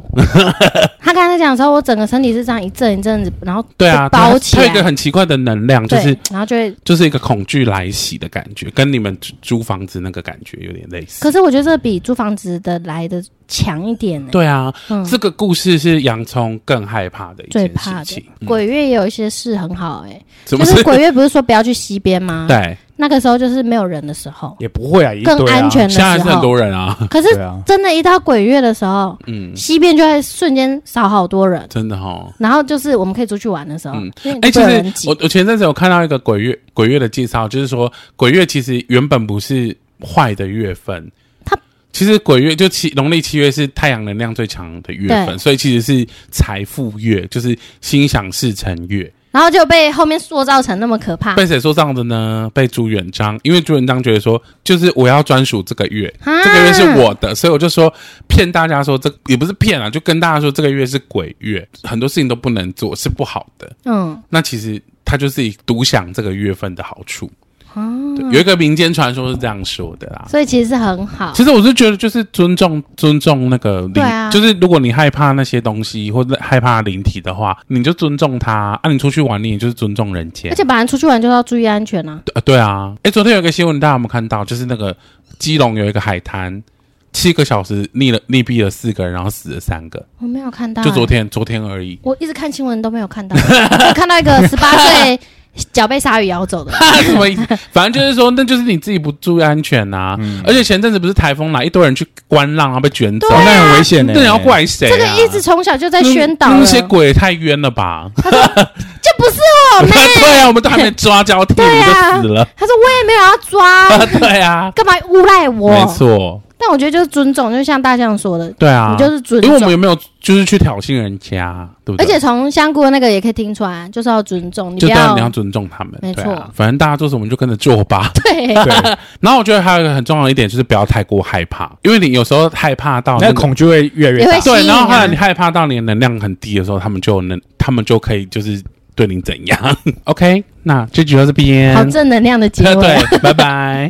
[SPEAKER 2] 他刚才讲的时候，我整个身体是这样一阵一阵子，然后
[SPEAKER 1] 对啊，它
[SPEAKER 2] 就包起
[SPEAKER 1] 它
[SPEAKER 2] 来，
[SPEAKER 1] 有一个很奇怪的能量，就
[SPEAKER 2] 对，
[SPEAKER 1] 是
[SPEAKER 2] 然后就会。
[SPEAKER 1] 就是一个恐惧来袭的感觉，跟你们租租房子那个感觉有点类似。
[SPEAKER 2] 可是我觉得这比租房子的来的强一点呢、
[SPEAKER 1] 对啊，
[SPEAKER 2] 嗯，
[SPEAKER 1] 这个故事是洋葱更害怕的一
[SPEAKER 2] 最
[SPEAKER 1] 件
[SPEAKER 2] 怕
[SPEAKER 1] 事
[SPEAKER 2] 的
[SPEAKER 1] 情。嗯
[SPEAKER 2] 鬼月也有一些事很好哎、
[SPEAKER 1] 什
[SPEAKER 2] 就
[SPEAKER 1] 么
[SPEAKER 2] 是
[SPEAKER 1] 是？
[SPEAKER 2] 鬼月不是说不要去西边吗？，
[SPEAKER 1] 对，
[SPEAKER 2] 那个时候就是没有人的时候，
[SPEAKER 4] 也不会啊，一堆啊
[SPEAKER 2] 更安全的
[SPEAKER 1] 现在还
[SPEAKER 2] 时
[SPEAKER 1] 是很
[SPEAKER 2] 候。
[SPEAKER 1] 多人啊，
[SPEAKER 2] 可
[SPEAKER 3] 对
[SPEAKER 2] 是
[SPEAKER 3] 啊，
[SPEAKER 2] 真的，一到鬼月的时候，
[SPEAKER 1] 嗯，
[SPEAKER 2] 西边就会瞬间少好多人。
[SPEAKER 1] 真的哦。因
[SPEAKER 2] 然后就是我们可以出去玩的时候
[SPEAKER 1] 嗯，
[SPEAKER 2] 因为
[SPEAKER 1] 哎、
[SPEAKER 2] 你不会有人
[SPEAKER 1] 其实
[SPEAKER 2] 挤
[SPEAKER 1] 我我前阵子有看到一个鬼月鬼月的介绍，就是说鬼月其实原本不是坏的月份，
[SPEAKER 2] 它
[SPEAKER 1] 其实鬼月就七农历七月是太阳能量最强的月份，
[SPEAKER 2] 对
[SPEAKER 1] 所以其实是财富月，就是心想事成月。
[SPEAKER 2] 然后就被后面塑造成那么可怕
[SPEAKER 1] 被谁说这样的呢？被朱元璋，因为朱元璋觉得说，就是我要专属这个月，
[SPEAKER 2] 啊
[SPEAKER 1] 这个月是我的，所以我就说骗大家说这也不是骗啊，就跟大家说这个月是鬼月，很多事情都不能做，是不好的。
[SPEAKER 2] 嗯，
[SPEAKER 1] 那其实他就自己独享这个月份的好处。
[SPEAKER 2] 哦
[SPEAKER 1] 对，有一个民间传说是这样说的啦。
[SPEAKER 2] 所以其实是很好。
[SPEAKER 1] 其实我是觉得，就是尊重尊重那个灵，
[SPEAKER 2] 对啊
[SPEAKER 1] 就是如果你害怕那些东西或者害怕灵体的话，你就尊重它。啊，你出去玩，你也就是尊重人间
[SPEAKER 2] 而。且本来出去玩就要注意安全啊，
[SPEAKER 1] 呃，对啊，哎，昨天有一个新闻，大家有没有看到？就是那个基隆有一个海滩，七个小时溺了溺毙了四个人，然后死了三个，
[SPEAKER 2] 我没有看到、欸
[SPEAKER 1] 就昨，天，昨天而已。
[SPEAKER 2] 我一直看新闻都没有 看到，我看到一个十八岁脚被鲨鱼咬 走的，
[SPEAKER 1] 什么意思？嗯反正就是说，那就是你自己不注意安全呐、而且前阵子不是台风来，一堆人去观浪，然后被卷走，
[SPEAKER 3] 哦
[SPEAKER 1] 那
[SPEAKER 3] 那很危险呢。
[SPEAKER 1] 啊那你要怪谁、啊？
[SPEAKER 2] 这个一直从小就在宣导啊
[SPEAKER 1] 那
[SPEAKER 2] 了，
[SPEAKER 1] 那些鬼也太冤了吧！
[SPEAKER 2] 就不是我妹，
[SPEAKER 1] 对 啊，我们都还没抓交替，
[SPEAKER 2] 对
[SPEAKER 1] 你
[SPEAKER 2] 啊
[SPEAKER 1] 就死了。
[SPEAKER 2] 他说我也没有要 抓，
[SPEAKER 1] 对啊，
[SPEAKER 2] 干嘛诬赖
[SPEAKER 1] 没
[SPEAKER 2] 我？
[SPEAKER 1] 错，
[SPEAKER 2] 但我觉得就是尊重，就像大象说的，
[SPEAKER 1] 对啊
[SPEAKER 2] 你，就是尊
[SPEAKER 1] 因为我们
[SPEAKER 2] 重。
[SPEAKER 1] 有没有就是去挑衅人家，对不
[SPEAKER 2] 而
[SPEAKER 1] 对？
[SPEAKER 2] 且从香菇的那个也可以听出来，就是要尊重，你
[SPEAKER 1] 就
[SPEAKER 2] 不
[SPEAKER 1] 当然
[SPEAKER 2] 要
[SPEAKER 1] 你要尊重他们，
[SPEAKER 2] 没
[SPEAKER 1] 对啊
[SPEAKER 2] 错，
[SPEAKER 1] 反正大家做什么我们就跟着做 吧。
[SPEAKER 2] 对
[SPEAKER 3] 对，
[SPEAKER 1] 然后我觉得还有一个很重要的一点就是不要太过害怕，因为你有时候害怕到
[SPEAKER 4] 那
[SPEAKER 1] 那
[SPEAKER 4] 个
[SPEAKER 1] 个
[SPEAKER 4] 恐惧会越来越
[SPEAKER 2] 也
[SPEAKER 4] 大
[SPEAKER 2] 会。吸
[SPEAKER 1] 对，
[SPEAKER 2] 引
[SPEAKER 1] 然后后来
[SPEAKER 2] 啊
[SPEAKER 1] 你。害怕到你的能量很低的时候，他们就能，他们就可以就是对你怎样。OK，那这局到这边
[SPEAKER 2] 好，正能量的结 尾。
[SPEAKER 1] 对，拜拜。